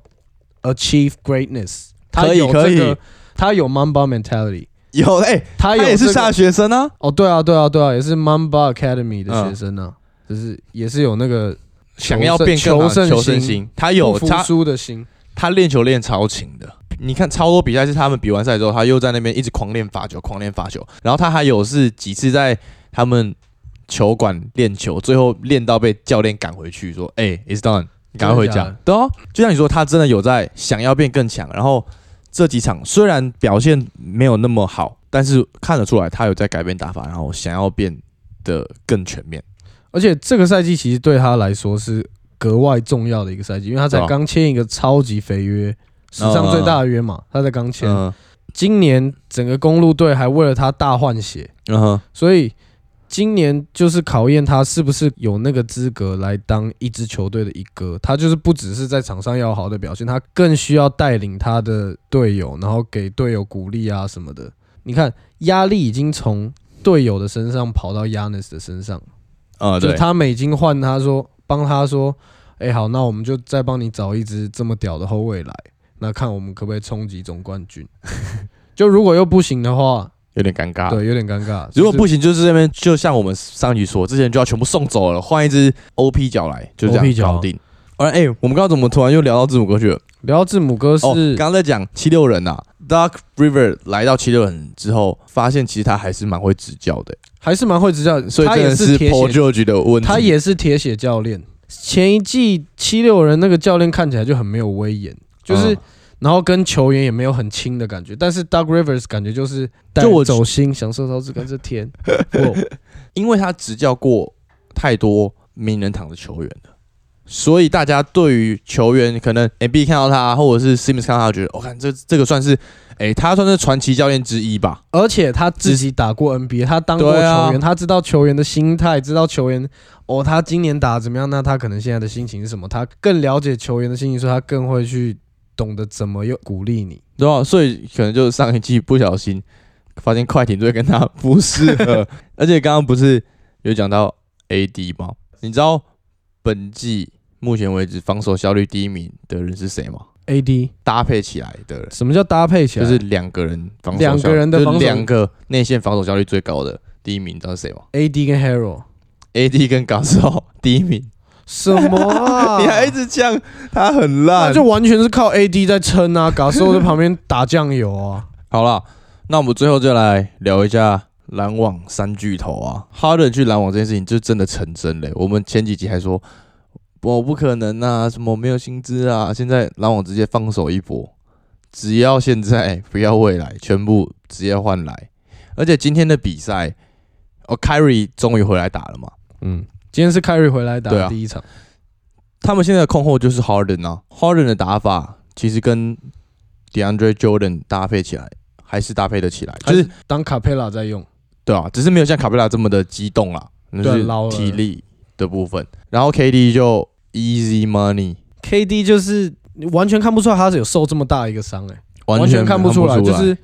Speaker 3: achieve greatness。
Speaker 2: 可以
Speaker 3: 他有这个
Speaker 2: 可以
Speaker 3: 他有 Mamba mentality。
Speaker 2: 有哎、
Speaker 3: 他
Speaker 2: 他
Speaker 3: 有、这
Speaker 2: 也是
Speaker 3: 个
Speaker 2: 下学生啊，
Speaker 3: 哦，对啊，对啊，对啊，也是 Mamba Academy 的学生啊，就是也是有那个
Speaker 2: 嗯想要变更
Speaker 3: 求
Speaker 2: 好
Speaker 3: 胜
Speaker 2: 求胜
Speaker 3: 心
Speaker 2: 心，他有
Speaker 3: 不服
Speaker 2: 他
Speaker 3: 输的心。
Speaker 2: 他练球练超勤的。你看超多比赛是他们比完赛之后，他又在那边一直狂练罚球，狂练罚球。然后他还有是几次在他们球馆练球，最后练到被教练赶回去，说：“哎、i t s done，赶快回
Speaker 3: 真的假
Speaker 2: 家
Speaker 3: 的。”
Speaker 2: 对哦，就像你说，他真的有在想要变更强。然后这几场虽然表现没有那么好，但是看得出来他有在改变打法，然后想要变得更全面。
Speaker 3: 而且这个赛季其实对他来说是格外重要的一个赛季，因为他
Speaker 2: 对
Speaker 3: 才
Speaker 2: 啊
Speaker 3: 刚签一个超级肥约，史上最大的约嘛，他才刚签。
Speaker 2: 嗯
Speaker 3: 今年整个公路队还为了他大换血，
Speaker 2: 嗯哼，
Speaker 3: 所以今年就是考验他是不是有那个资格来当一支球队的一哥。他就是不只是在场上要有好的表现，他更需要带领他的队友，然后给队友鼓励啊什么的。你看，压力已经从队友的身上跑到 Yanis 的身上。
Speaker 2: 呃，
Speaker 3: 就是
Speaker 2: 对，
Speaker 3: 他们已经换他说帮他说，哎、好，那我们就再帮你找一支这么屌的后卫来，那看我们可不可以冲击总冠军。 就如果又不行的话，
Speaker 2: 有点尴尬。
Speaker 3: 对，有点尴尬。
Speaker 2: 啊如
Speaker 3: 就
Speaker 2: 果
Speaker 3: 是
Speaker 2: 不行，就是这边就像我们上一集说，之前就要全部送走了，换一只 OP 脚来，就这
Speaker 3: OP
Speaker 2: 样
Speaker 3: 脚
Speaker 2: 搞定。而哎、我们刚刚怎么突然又聊到字母哥去了？
Speaker 3: 聊到字母哥是、
Speaker 2: 哦，刚刚在讲七六人啊，Dark River 来到七六人之后，发现其实他还是蛮会执教的、
Speaker 3: 还是蛮会执教，
Speaker 2: 所以
Speaker 3: 他
Speaker 2: 真
Speaker 3: 也
Speaker 2: 的是
Speaker 3: 铁
Speaker 2: Paul
Speaker 3: 血，
Speaker 2: George 的问题。
Speaker 3: 他也是铁血教练。前一季七六人那个教练看起来就很没有威严，就是、
Speaker 2: 嗯
Speaker 3: 然后跟球员也没有很亲的感觉。但是 Doug Rivers 感觉就是带
Speaker 2: 就我
Speaker 3: 走心，享受到这个这 天。哇
Speaker 2: 因为他执教过太多名人堂的球员了，所以大家对于球员可能 M B 看到他，或者是 Simmons 看到他，觉得我、哦、看这这个算是哎、他算是传奇教练之一吧。
Speaker 3: 而且他自己打过 NBA，他当过球
Speaker 2: 对啊
Speaker 3: 员，他知道球员的心态，知道球员哦，他今年打得怎么样，那他可能现在的心情是什么，他更了解球员的心情，所以他更会去懂得怎么又鼓励你。
Speaker 2: 对啊，所以可能就是上一季不小心发现快艇队跟他不适 合，而且刚刚不是有讲到 AD 吗？你知道本季目前为止防守效率第一名的人是谁吗？
Speaker 3: AD
Speaker 2: 搭配起来的人
Speaker 3: 什么叫搭配起
Speaker 2: 就
Speaker 3: 来？
Speaker 2: 是两个人防守效率
Speaker 3: 两个人的防守
Speaker 2: 就是两个内线防守效率最高的第一名，你知道是谁吗
Speaker 3: AD 跟 Hero
Speaker 2: ？AD 跟 g a s o 第一名，
Speaker 3: 什么啊？
Speaker 2: 你还一直呛他 很
Speaker 3: 那
Speaker 2: 烂，
Speaker 3: 就完全是靠 AD 在撑啊，搞斯在旁边打酱油 啊。
Speaker 2: 好了，那我们最后就来聊一下篮网三巨头啊。哈登去篮网这件事情就真的成真嘞。我们前几集还说，我不可能啊，什么没有薪资啊。现在篮网直接放手一搏，只要现在 不要未来，全部直接换来。而且今天的比赛，哦，Kyrie 终于回来打了嘛。
Speaker 3: 嗯，今天是凯瑞回来打
Speaker 2: 对啊
Speaker 3: 第一场，
Speaker 2: 他们现在的控后就是 Harden 啊，Harden 的打法其实跟 DeAndre Jordan 搭配起来还是搭配得起来，就
Speaker 3: 还
Speaker 2: 是
Speaker 3: 是当卡佩拉在用。
Speaker 2: 对啊，只是没有像卡佩拉这么的激动啦，那
Speaker 3: 对啊
Speaker 2: 是
Speaker 3: 老了
Speaker 2: 体力的部分。然后 KD 就 easy money，
Speaker 3: KD 就是你完全看不出来他是有受这么大一个伤哎、
Speaker 2: 完
Speaker 3: 全看
Speaker 2: 不
Speaker 3: 出
Speaker 2: 来。
Speaker 3: 就是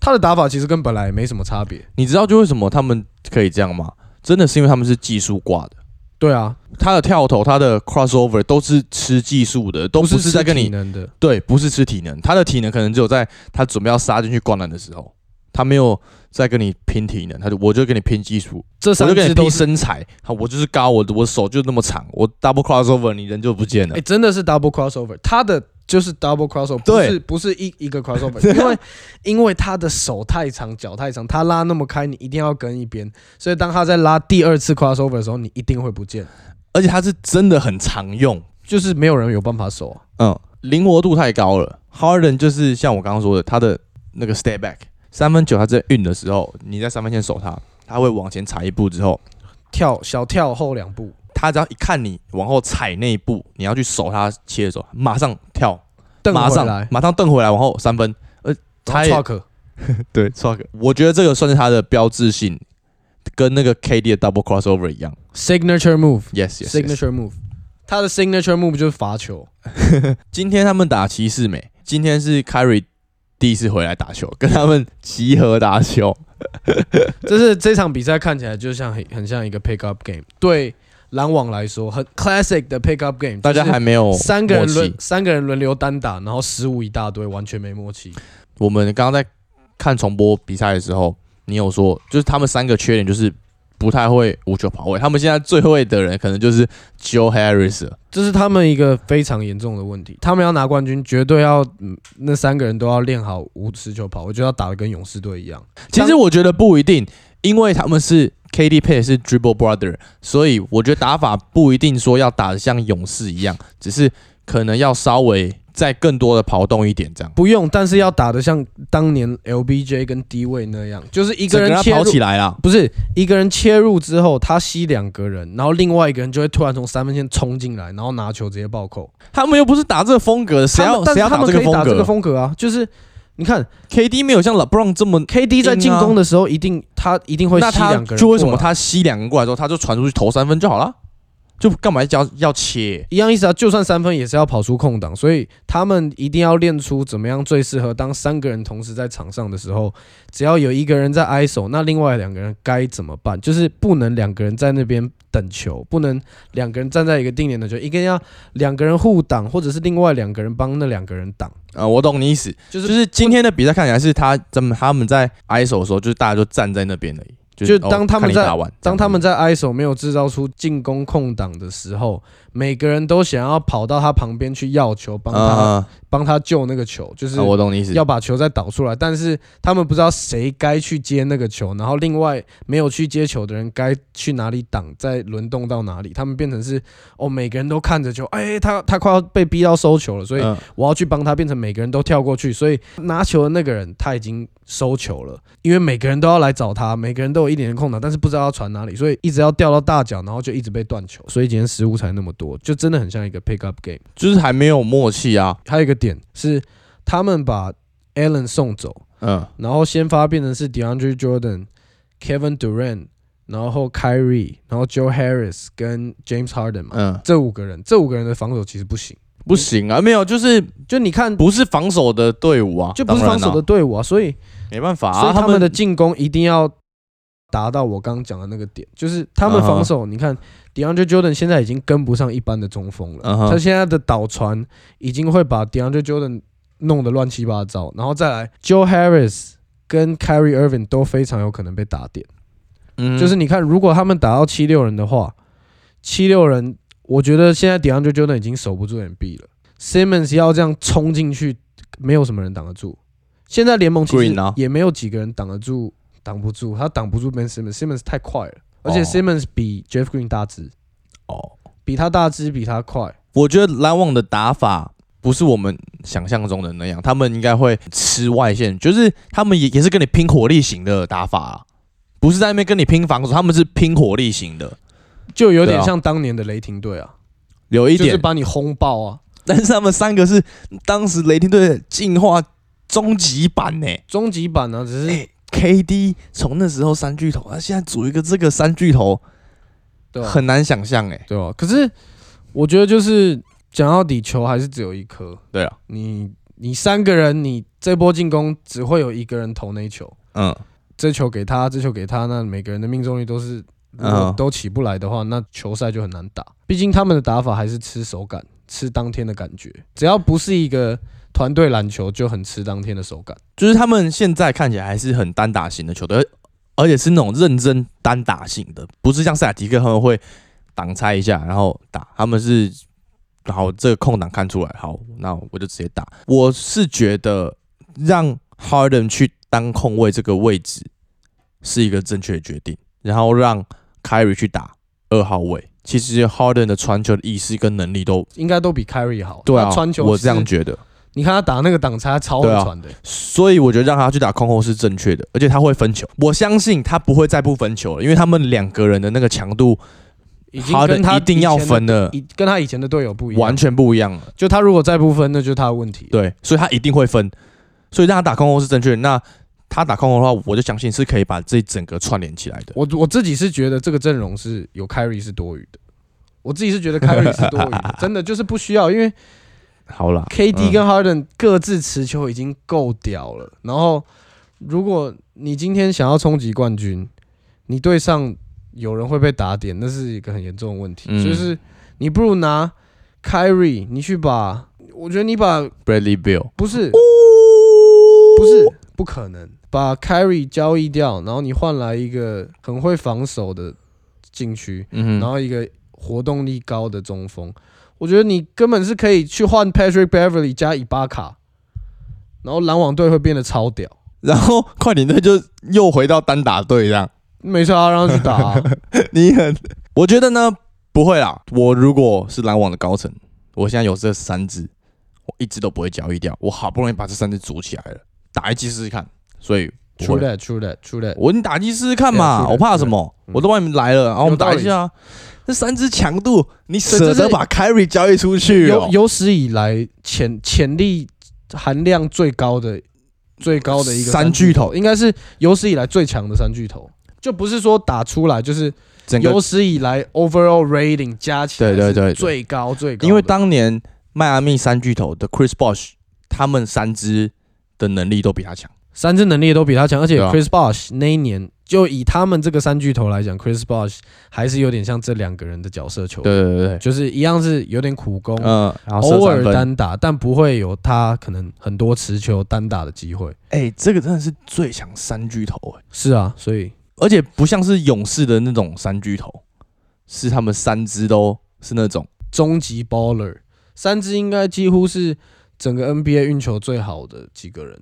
Speaker 3: 他的打法其实跟本来没什么差别。
Speaker 2: 你知道就为什么他们可以这样吗？真的是因为他们是技术挂的，
Speaker 3: 对啊，
Speaker 2: 他的跳投、他的 crossover 都是吃技术的，都
Speaker 3: 是
Speaker 2: 不是在跟
Speaker 3: 吃体
Speaker 2: 你
Speaker 3: 能的，
Speaker 2: 对，不是吃体能，他的体能可能只有在他准备要杀进去灌篮的时候，他没有在跟你拼体能，他就我就跟你拼技术，
Speaker 3: 这
Speaker 2: 我
Speaker 3: 三
Speaker 2: 就跟
Speaker 3: 支
Speaker 2: 你
Speaker 3: 都
Speaker 2: 拼
Speaker 3: 是
Speaker 2: 身材，好，我就是高，我我手就那么长，我 double crossover 你人就不见了
Speaker 3: 哎、。真的是 double crossover，他的就是 double crossover，不
Speaker 2: 对
Speaker 3: 是不是一一个 crossover，因为因为他的手太长，脚太长，他拉那么开，你一定要跟一边，所以当他在拉第二次 crossover 的时候，你一定会不见，
Speaker 2: 而且它是真的很常用，
Speaker 3: 就是没有人有办法守、啊。
Speaker 2: 嗯，灵活度太高了。Harden 就是像我刚刚说的，他的那个 step back 三分球，他在运的时候，你在三分线守他，他会往前踩一步之后，
Speaker 3: 跳小跳后两步，
Speaker 2: 他只要一看你往后踩那一步，你要去守他切的时候，马上跳，
Speaker 3: 蹬
Speaker 2: 马
Speaker 3: 回
Speaker 2: 上
Speaker 3: 来，
Speaker 2: 马上蹬回来，往后三分。呃，他
Speaker 3: 然后
Speaker 2: 也
Speaker 3: truck
Speaker 2: 对 t r 我觉得这个算是他的标志性，跟那个 KD 的 double crossover 一样。
Speaker 3: signature move。
Speaker 2: Yes, yes, yes.
Speaker 3: signature move。他的 signature move 就是罚球，
Speaker 2: 今天他们打骑士没？今天是 Kyrie 第一次回来打球，跟他们集合打 球。
Speaker 3: 这是这场比赛看起来就像很很像一个 pick up game，对篮网来说很 classic 的 pick up game，
Speaker 2: 大家
Speaker 3: 就是
Speaker 2: 还没有
Speaker 3: 三个人
Speaker 2: 哦默
Speaker 3: 轮
Speaker 2: 契。
Speaker 3: 三个人轮流单打，然后失误一大堆，完全没默契。
Speaker 2: 我们刚刚在看重播比赛的时候，你有说，就是他们三个缺点就是不太会无球跑位，他们现在最会的人可能就是 Joe Harris 了。
Speaker 3: 这是他们一个非常严重的问题。他们要拿冠军，绝对要、嗯那三个人都要练好无持球跑，我觉得要打得跟勇士队一样。
Speaker 2: 其实我觉得不一定，因为他们是 KD 配是 Dribble Brother，所以我觉得打法不一定说要打得像勇士一样，只是可能要稍微再更多的跑动一点这样。
Speaker 3: 不用，但是要打得像当年 LBJ 跟 D 位那样，就是一
Speaker 2: 一
Speaker 3: 个人切
Speaker 2: 跑
Speaker 3: 入
Speaker 2: 起来啦，
Speaker 3: 不是一个人切入之后，他吸两个人，然后另外一个人就会突然从三分线冲进来，然后拿球直接暴扣。
Speaker 2: 他们又不是打这个风格的，谁
Speaker 3: 他
Speaker 2: 要
Speaker 3: 们但
Speaker 2: 谁
Speaker 3: 是
Speaker 2: 要
Speaker 3: 他
Speaker 2: 打
Speaker 3: 们
Speaker 2: 这
Speaker 3: 可
Speaker 2: 个
Speaker 3: 以打
Speaker 2: 风
Speaker 3: 这个
Speaker 2: 格
Speaker 3: 风格啊？就是你看
Speaker 2: ？KD 没有像 LeBron 这么，
Speaker 3: KD 在进攻的时候，一定他一定会吸
Speaker 2: 啊那他
Speaker 3: 两个人过来。
Speaker 2: 就为什么他吸两个过来之后，他就传出去投三分就好了，就干嘛要要切？
Speaker 3: 一样意思啊？就算三分也是要跑出空档，所以他们一定要练出怎么样最适合当三个人同时在场上的时候，只要有一个人在 ISO，那另外两个人该怎么办？就是不能两个人在那边等球，不能两个人站在一个定点的球，一个人要两个人互挡，或者是另外两个人帮那两个人挡，
Speaker 2: 呃，我懂你意思，
Speaker 3: 就是
Speaker 2: 就是今天的比赛看起来是他怎么他们在 ISO 的时候，就是大家就站在那边而已，
Speaker 3: 就是当他们
Speaker 2: 哦看你
Speaker 3: 在
Speaker 2: 打完，
Speaker 3: 当他们在 ISO 没有制造出进攻空档的时候，每个人都想要跑到他旁边去要球，帮他
Speaker 2: 啊，
Speaker 3: 帮他救那个球，就是
Speaker 2: 呃我懂你意思，
Speaker 3: 要把球再导出来，但是他们不知道谁该去接那个球，然后另外没有去接球的人该去哪里挡，再轮动到哪里，他们变成是哦，每个人都看着球，哎，他他快要被逼到收球了，所以
Speaker 2: 嗯
Speaker 3: 我要去帮他，变成每个人都跳过去，所以拿球的那个人他已经收球了，因为每个人都要来找他，每个人都有一点点空档，但是不知道要传哪里，所以一直要掉到大脚，然后就一直被断球，所以今天失误才那么多，就真的很像一个 pick up game。
Speaker 2: 就是还没有默契啊，
Speaker 3: 还有一个点是，他们把 Allen 送走，
Speaker 2: 嗯，
Speaker 3: 然后先发变成是 DeAndre Jordan、Kevin Durant，然后 Kyrie，然后 Joe Harris 跟 James Harden 嘛，
Speaker 2: 嗯，
Speaker 3: 这五个人，这五个人的防守其实不行，
Speaker 2: 不行啊，没有，就是
Speaker 3: 就你看。
Speaker 2: 不是防守的队伍啊，
Speaker 3: 就不是
Speaker 2: 当
Speaker 3: 防
Speaker 2: 然啊
Speaker 3: 守的，队伍啊，所以
Speaker 2: 没办法
Speaker 3: 所
Speaker 2: 啊，
Speaker 3: 以他
Speaker 2: 们
Speaker 3: 们的进攻一定要达到我刚刚讲的那个点，就是他们防
Speaker 2: 啊
Speaker 3: 守，你看 DeAndre Jordan 现在已经跟不上一般的中锋了，
Speaker 2: 嗯哼
Speaker 3: 他现在的导传已经会把 DeAndre Jordan 弄得乱七八糟，然后再来 Joe Harris。跟 Kyrie Irving 都非常有可能被打点，
Speaker 2: 嗯
Speaker 3: 就是你看，如果他们打到七六人的话，七六人，我觉得现在 DeAndre Jordan 已经守不住 NB 了，Simmons 要这样冲进去，没有什么人挡得住。现在联盟其实
Speaker 2: Green 啊
Speaker 3: 也没有几个人挡得住，挡不住他挡不住 Ben Simmons，Simmons 太快了，而且
Speaker 2: 哦
Speaker 3: Simmons 比 Jeff Green 大只，
Speaker 2: 哦，
Speaker 3: 比他大只，比他快。
Speaker 2: 我觉得篮网的打法不是我们想象中的那样，他们应该会吃外线，就是他们也也是跟你拼火力型的打法啊，不是在那边跟你拼防守，他们是拼火力型的，
Speaker 3: 就有
Speaker 2: 对
Speaker 3: 点
Speaker 2: 啊
Speaker 3: 像当年的雷霆队啊，
Speaker 2: 有一
Speaker 3: 就是
Speaker 2: 点，
Speaker 3: 把你轰爆啊，
Speaker 2: 但是他们三个是当时雷霆队的进化终极版呢、
Speaker 3: 终极版呢、啊，只是、
Speaker 2: 哎 KD 从那时候三巨头，他现在组一个这个三巨头，
Speaker 3: 对吧、啊
Speaker 2: 很难想象哎、
Speaker 3: 对吧、啊可是我觉得就是讲到底，球还是只有一颗，
Speaker 2: 对啊，
Speaker 3: 你你三个人，你这波进攻只会有一个人投那一球，
Speaker 2: 嗯，
Speaker 3: 这球给他，这球给他，那每个人的命中率都是如果
Speaker 2: 嗯
Speaker 3: 都起不来的话，那球赛就很难打。毕竟他们的打法还是吃手感，吃当天的感觉，只要不是一个团队篮球，就很吃当天的手感。
Speaker 2: 就是他们现在看起来还是很单打型的球队，而而且是那种认真单打型的，不是像塞尔提克他们会挡拆一下然后打，他们是好这个空档看出来，好，那我就直接打。我是觉得让 Harden 去当控卫这个位置是一个正确的决定，然后让 Kyrie 去打二号位。其实 Harden 的传球的意识跟能力都
Speaker 3: 应该都比 Carry 好。
Speaker 2: 对啊
Speaker 3: 他，传球
Speaker 2: 我这样
Speaker 3: 是，
Speaker 2: 觉得。
Speaker 3: 你看他打那个挡拆超会
Speaker 2: 对啊
Speaker 3: 传的、
Speaker 2: 所以我觉得让他去打控后是正确的，而且他会分球。我相信他不会再不分球了，因为他们两个人的那个强度，
Speaker 3: 已经
Speaker 2: 哈
Speaker 3: 跟
Speaker 2: 登
Speaker 3: 他
Speaker 2: 一定要分的
Speaker 3: 以前的，跟他以前的队友不一样，
Speaker 2: 完全不一样了。
Speaker 3: 就他如果再不分，那就是他的问题。
Speaker 2: 对，所以他一定会分，所以让他打控后是正确的。那他打控后的话，我就相信是可以把这整个串联起来的。
Speaker 3: 我我自己是觉得这个阵容是有 carry 是多余的，我自己是觉得 carry 是多余 的，真的就是不需要，因为
Speaker 2: 好啦
Speaker 3: KD 跟 Harden 各自持球已经够屌了。然后，如果你今天想要冲击冠军，你对上有人会被打点，那是一个很严重的问题。
Speaker 2: 嗯
Speaker 3: 就是你不如拿 Kyrie，你去把，我觉得你把
Speaker 2: Bradley Bill，
Speaker 3: 不是
Speaker 2: 不
Speaker 3: 不是不可能把 Carry 交易掉，然后你换来一个很会防守的禁区，
Speaker 2: 嗯
Speaker 3: 然后一个活动力高的中锋，我觉得你根本是可以去换 Patrick Beverly 加伊巴卡，然后篮网队会变得超屌，
Speaker 2: 然后快艇队就又回到单打队这样。
Speaker 3: 没差、让他去打啊、
Speaker 2: 你很，我觉得呢不会啦。我如果是篮网的高层，我现在有这三只，我一只都不会交易掉。我好不容易把这三只组起来了，打一季试试看。所以 不
Speaker 3: True
Speaker 2: 会
Speaker 3: that, true that, true that。
Speaker 2: 我你打击试试看
Speaker 3: 对啊
Speaker 2: 嘛，
Speaker 3: 是的
Speaker 2: 我怕
Speaker 3: 是的
Speaker 2: 什么？
Speaker 3: 嗯
Speaker 2: 我都帮你们来了，然后我们
Speaker 3: 有道
Speaker 2: 打
Speaker 3: 理
Speaker 2: 一下啊。这三支强度，你舍
Speaker 3: 对这
Speaker 2: 得
Speaker 3: 是
Speaker 2: 把 Carry 交易出去哦
Speaker 3: 有？有史以来潜潜力含量最高的最高的一个
Speaker 2: 三巨头
Speaker 3: 应该是有史以来最强的三巨头。就不是说打出来，就是
Speaker 2: 整个
Speaker 3: 有史以来 overall rating 加起来
Speaker 2: 对对
Speaker 3: 是
Speaker 2: 对对
Speaker 3: 最高最高的，
Speaker 2: 因为当年迈阿密三巨头的 Chris Bosh，他们三支的能力都比他强。
Speaker 3: 三支能力也都比他强，而且
Speaker 2: 对啊
Speaker 3: Chris Bosh 那一年就以他们这个三巨头来讲，Chris Bosh 还是有点像这两个人的角色球员，
Speaker 2: 对对对
Speaker 3: 就是一样是有点苦攻
Speaker 2: 对，，嗯，然后射
Speaker 3: 偶尔
Speaker 2: 三分
Speaker 3: 单打，但不会有他可能很多持球单打的机会。
Speaker 2: 哎、这个真的是最强三巨头哎、
Speaker 3: 是啊，所以
Speaker 2: 而且不像是勇士的那种三巨头，是他们三支都是那种
Speaker 3: 终极 baller 三支应该几乎是整个 NBA 运球最好的几个人，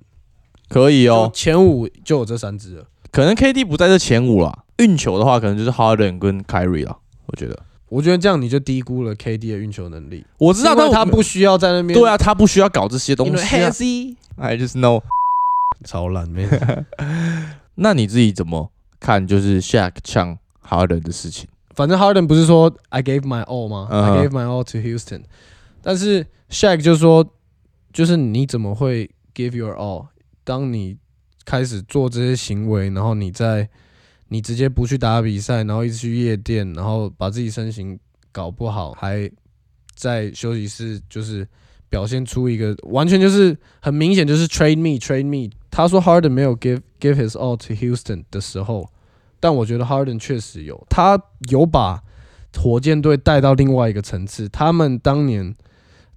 Speaker 2: 可以
Speaker 3: 就
Speaker 2: 哦。
Speaker 3: 前五就有这三支了。
Speaker 2: 可能 KD 不在这前五啦，运球的话可能就是 Harden 跟 Kyrie 啦，我觉得。
Speaker 3: 我觉得这样你就低估了 KD 的运球能力，
Speaker 2: 我知道，
Speaker 3: 因为
Speaker 2: 啊但
Speaker 3: 他
Speaker 2: 我
Speaker 3: 不需要在那边
Speaker 2: 对啊，他不需要搞这些
Speaker 3: 因
Speaker 2: 东
Speaker 3: 为
Speaker 2: 西、啊。
Speaker 3: Hazy
Speaker 2: I just know。
Speaker 3: 超烂没。
Speaker 2: 那你自己怎么看？就是 Shaq 呛 Harden 的事情？
Speaker 3: 反正 Harden 不是说 I gave my all 吗、
Speaker 2: 嗯
Speaker 3: i gave my all to Houston，但是 Shaq 就说，就是你怎么会 give your all？当你开始做这些行为，然后你在你直接不去打比赛，然后一直去夜店，然后把自己身形搞不好，还在休息室就是表现出一个完全就是很明显就是 trade me trade me。他说 Harden 没有 give give his all to Houston 的时候，但我觉得 Harden 确实有，他有把火箭队带到另外一个层次。他们当年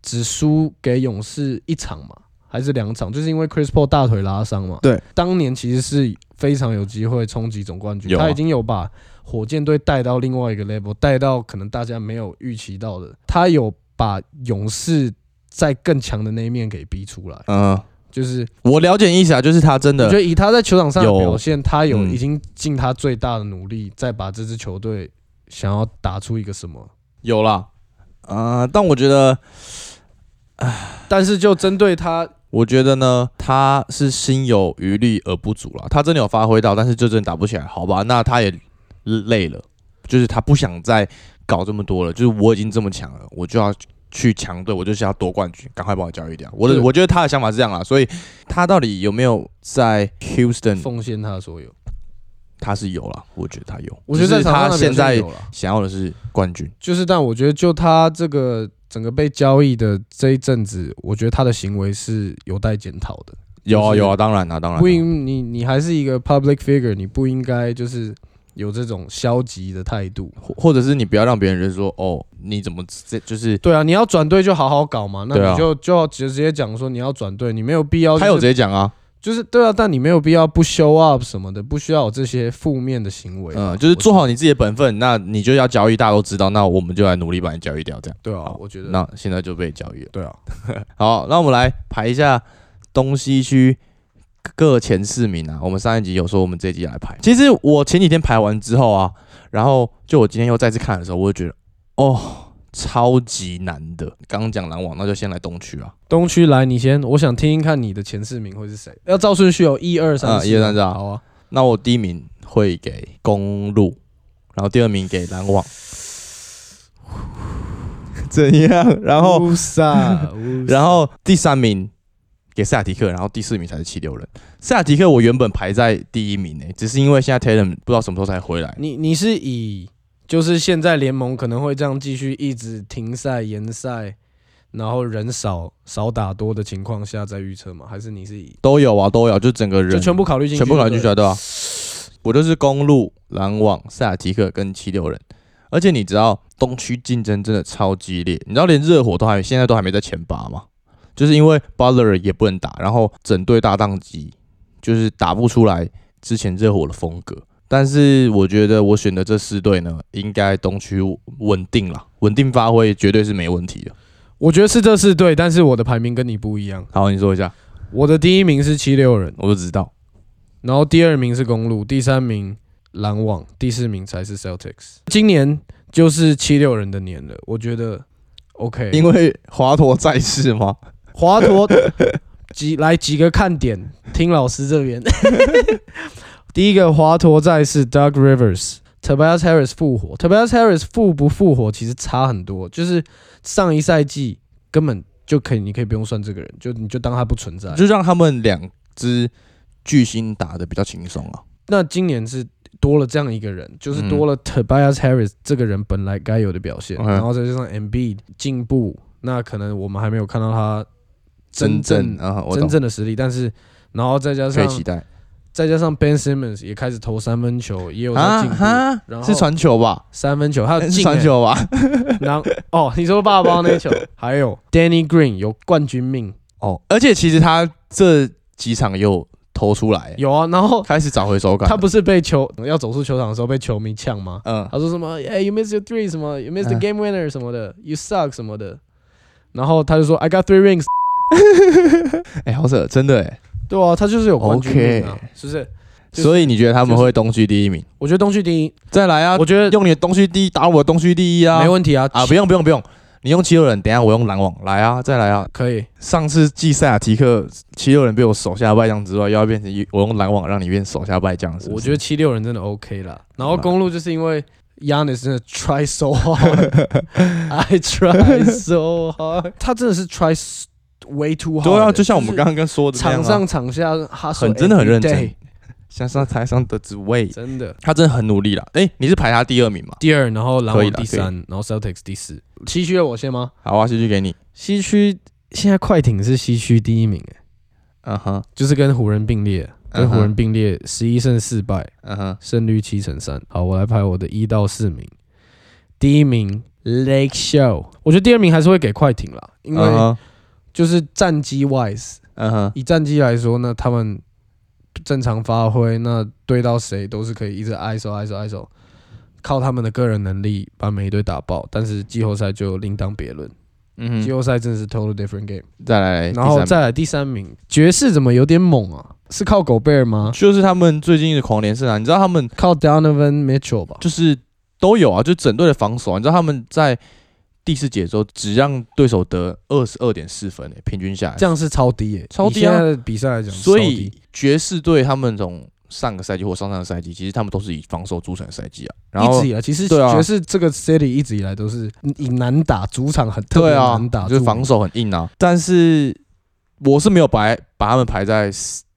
Speaker 3: 只输给勇士一场嘛，还是两场，就是因为 Chris Paul 大腿拉伤嘛。
Speaker 2: 对，
Speaker 3: 当年其实是非常有机会冲击总冠军，
Speaker 2: 有啊
Speaker 3: 他已经有把火箭队带到另外一个 level，带到可能大家没有预期到的，他有把勇士在更强的那一面给逼出来，
Speaker 2: 嗯，
Speaker 3: 就是
Speaker 2: 我了解你意思啊，就是他真
Speaker 3: 我觉
Speaker 2: 的
Speaker 3: 得以他在球场上的
Speaker 2: 有
Speaker 3: 表现，他有
Speaker 2: 嗯
Speaker 3: 已经尽他最大的努力，再把这支球队想要打出一个什么。
Speaker 2: 有啦。啊、但我觉得
Speaker 3: 但是就针对他，
Speaker 2: 我觉得呢，他是心有余力而不足了。他真的有发挥到，但是就真的打不起来，好吧？那他也累了，就是他不想再搞这么多了。就是我已经这么强了，我就要去强队，我就是要夺冠军，赶快把我交易掉。我的
Speaker 3: 对
Speaker 2: 我觉得他的想法是这样啦，所以他到底有没有在 Houston？
Speaker 3: 奉献他所有，
Speaker 2: 他是有啦，我觉得他有。
Speaker 3: 我觉得在
Speaker 2: 只是
Speaker 3: 场上
Speaker 2: 他
Speaker 3: 的
Speaker 2: 现
Speaker 3: 表现
Speaker 2: 在
Speaker 3: 有了
Speaker 2: 想要的是冠军。
Speaker 3: 就是，但我觉得就他这个整个被交易的这一阵子，我觉得他的行为是有待检讨的。
Speaker 2: 有
Speaker 3: 就
Speaker 2: 啊
Speaker 3: 是
Speaker 2: 有啊，当然啦、当然
Speaker 3: 不
Speaker 2: 啦、
Speaker 3: 应你你还是一个 public figure，你不应该就是有这种消极的态度。
Speaker 2: 或或者是你不要让别人觉得说哦，你怎么这就是
Speaker 3: 对啊，你要转队就好好搞嘛，那
Speaker 2: 对啊
Speaker 3: 你就、就要直直接讲说你要转队，你没有必要、
Speaker 2: 他有直接讲啊。
Speaker 3: 哦就是对啊，但你没有必要不 show up 什么的，不需要有这些负面的行为嘛。
Speaker 2: 嗯，就是做好
Speaker 3: 啊我觉
Speaker 2: 你自己的本分，那你就要交易，大家都知道，那我们就来努力把你交易掉，这样。
Speaker 3: 得对啊
Speaker 2: 好，
Speaker 3: 我觉得
Speaker 2: 那现在就被交易了。
Speaker 3: 对啊，
Speaker 2: 好，那我们来排一下东西区各前四名啊。我们上一集有说，我们这一集来排。其实我前几天排完之后啊，然后就我今天又再次看的时候，我就觉得哦，超级难的。刚刚讲篮网，那就先来东区啊。
Speaker 3: 东区来你先，我想听听看你的前四名会是谁，要照顺序哦，一二三
Speaker 2: 嗯
Speaker 3: 四，
Speaker 2: 一二三四啊
Speaker 3: 好啊。
Speaker 2: 那我第一名会给公路，然后第二名给篮网。 怎样？然后
Speaker 3: 乌萨，乌萨
Speaker 2: 然后第三名给塞尔提克，然后第四名才是七六人。塞尔提克我原本排在第一名呢、欸只是因为现在 Tatum 不知道什么时候才回来。
Speaker 3: 你你是以就是现在联盟可能会这样继续一直停赛延赛，然后人少少打多的情况下再预测吗？还是你是以
Speaker 2: 都有啊，都有，就整个人
Speaker 3: 就全部考虑进去，
Speaker 2: 全部搞进去
Speaker 3: 对
Speaker 2: 啊，对啊。我就是公路、篮网、塞尔提克跟七六人，而且你知道东区竞争真的超激烈，你知道连热火都还现在都还没在前八吗？就是因为 Butler 也不能打，然后整队大宕机，就是打不出来之前热火的风格。但是我觉得我选的这四队呢，应该东区稳定了，稳定发挥绝对是没问题的。
Speaker 3: 我觉得是这是对，但是我的排名跟你不一样。
Speaker 2: 好，你说一下，
Speaker 3: 我的第一名是七六人，
Speaker 2: 我就知道。
Speaker 3: 然后第二名是公路，第三名篮网，第四名才是 Celtics。今年就是七六人的年了，我觉得 OK。
Speaker 2: 因为华佗在世吗？
Speaker 3: 华佗几来几个看点，听老师这边。 第一个华佗在世，Doug Rivers。Tobias Harris 复活，Tobias Harris 复不复活其实差很多，就是上一赛季根本就可以，你可以不用算这个人，就你就当他不存在。
Speaker 2: 就让他们两支巨星打得比较轻松啊。
Speaker 3: 那今年是多了这样一个人，就是
Speaker 2: 嗯
Speaker 3: 多了 Tobias Harris 这个人本来该有的表现，
Speaker 2: OK
Speaker 3: 然后再加上 MB 进步，那可能我们还没有看到他真正
Speaker 2: 啊，我
Speaker 3: 真
Speaker 2: 懂，
Speaker 3: 正的实力，但是然后再加
Speaker 2: 可
Speaker 3: 上
Speaker 2: 以期待
Speaker 3: 再加上 Ben Simmons 也开始投三分球，也有在进步。然后
Speaker 2: 是传球吧？
Speaker 3: 三分球，还有
Speaker 2: 啊是
Speaker 3: 进、
Speaker 2: 传
Speaker 3: 欸，
Speaker 2: 球吧？
Speaker 3: 然后哦，你说爸爸 那球，还有 Danny Green 有冠军命，
Speaker 2: 哦，而且其实他这几场又投出来，
Speaker 3: 有啊，然后
Speaker 2: 开始找回手感。
Speaker 3: 他不是被球要走出球场的时候被球迷呛吗？
Speaker 2: 嗯，
Speaker 3: 他说什么？哎、y o u missed your three 什么？You missed the
Speaker 2: 嗯
Speaker 3: game winner 什么的？You suck 什么的？然后他就说 I got three rings。
Speaker 2: 哎，好扯，真的哎。
Speaker 3: 对啊，他就是有冠军命啊
Speaker 2: OK
Speaker 3: 是不是？就是
Speaker 2: 所以你觉得他们会东区第一名？
Speaker 3: 我觉得东区第一，
Speaker 2: 再来啊
Speaker 3: 我，觉得
Speaker 2: 用你的东区第一打我的东区第一啊
Speaker 3: 没。问题啊，
Speaker 2: 啊，不用不用不用，你用七六人，等一下我用篮网，来啊，再来啊。
Speaker 3: 可以。
Speaker 2: 上次季赛啊，提克七六人被我手下败将之外，又要变成一我用篮网让你变手下败将，是不是
Speaker 3: 我觉得七六人真的 OK 啦。然后
Speaker 2: 嗯啊
Speaker 3: 公路就是因为 Yanis 真的 try so hard，I try so hard，他 真的是 try s- way too hard 的。
Speaker 2: 对啊，就像我们
Speaker 3: 是
Speaker 2: 刚刚跟说的那样啊
Speaker 3: 欸场上场下他
Speaker 2: 很真的很认真
Speaker 3: every day，
Speaker 2: 像上台上的职位，
Speaker 3: 真的。
Speaker 2: 他真的很努力了。哎，你是排他第二名嘛？
Speaker 3: 第二，然后篮
Speaker 2: 可以
Speaker 3: 网
Speaker 2: 啦
Speaker 3: 第三，然后 Celtics 第四。西区的我先吗？
Speaker 2: 好啊，继续给你。
Speaker 3: 西区现在快艇是西区第一名，哎，
Speaker 2: 嗯哼，
Speaker 3: 就是跟湖人并列，跟
Speaker 2: 嗯哼
Speaker 3: 湖人并列十一胜四败，
Speaker 2: 嗯哼，
Speaker 3: 胜率七成三。好，我来排我的一到四名。第一名 Lake Show，我觉得第二名还是会给快艇啦，因
Speaker 2: 嗯
Speaker 3: 为
Speaker 2: 哼
Speaker 3: 就是战绩 wise，
Speaker 2: 嗯哼，
Speaker 3: 以战绩来说，那他们正常发挥，那对到谁都是可以一直 ISO ISO ISO，靠他们的个人能力把每一队打爆。但是季后赛就另当别论，
Speaker 2: 嗯
Speaker 3: 季
Speaker 2: 哼，
Speaker 3: 后赛真的是 total different game。
Speaker 2: 再来，
Speaker 3: 然后
Speaker 2: 第三
Speaker 3: 再来第三名，爵士怎么有点猛啊？是靠狗贝尔吗
Speaker 2: 名？就是他们最近的狂连胜啊，你知道他们
Speaker 3: 靠 Donovan Mitchell 吧？
Speaker 2: 就是都有啊，就整队的防守啊，你知道他们在第四节的时候只让对手得二十二点四分诶、平均下来
Speaker 3: 这样是超低耶、
Speaker 2: 超低
Speaker 3: 以现
Speaker 2: 啊
Speaker 3: 在的比赛来讲，
Speaker 2: 所
Speaker 3: 超
Speaker 2: 以
Speaker 3: 低
Speaker 2: 爵士队他们从上个赛季或上上个赛季，其实他们都是以防守组成的赛季啊。然
Speaker 3: 一
Speaker 2: 后
Speaker 3: 直以来，其实
Speaker 2: 对啊
Speaker 3: 爵士这个 city 一直以来都是以难打主场很特别
Speaker 2: 对啊
Speaker 3: 难打，，
Speaker 2: 就是防。守很硬啊。但是我是没有排把他们排在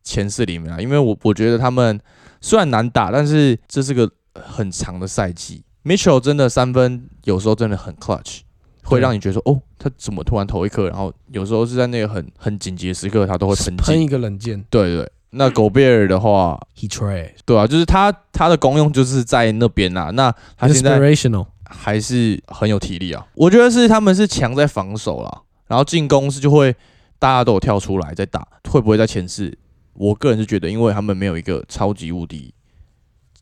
Speaker 2: 前四里面啊，因为我我觉得他们虽然难打，但是这是个很长的赛季。Mitchell 真的三分有时候真的很 clutch，会让你觉得说哦，他怎么突然投一颗？然后有时候是在那个很很紧急的时刻，他都会喷
Speaker 3: 喷
Speaker 2: 进。
Speaker 3: 一个嗯冷箭
Speaker 2: 对对，那狗贝尔的话，
Speaker 3: ，He try
Speaker 2: 对啊，就是他他的功用就是在那边啊。那他现在
Speaker 3: inspirational，
Speaker 2: 还是很有体力啊。我觉得是他们是强在防守啦，然后进攻是就会大家都有跳出来在打，会不会在前四？我个人是觉得，因为他们没有一个超级无敌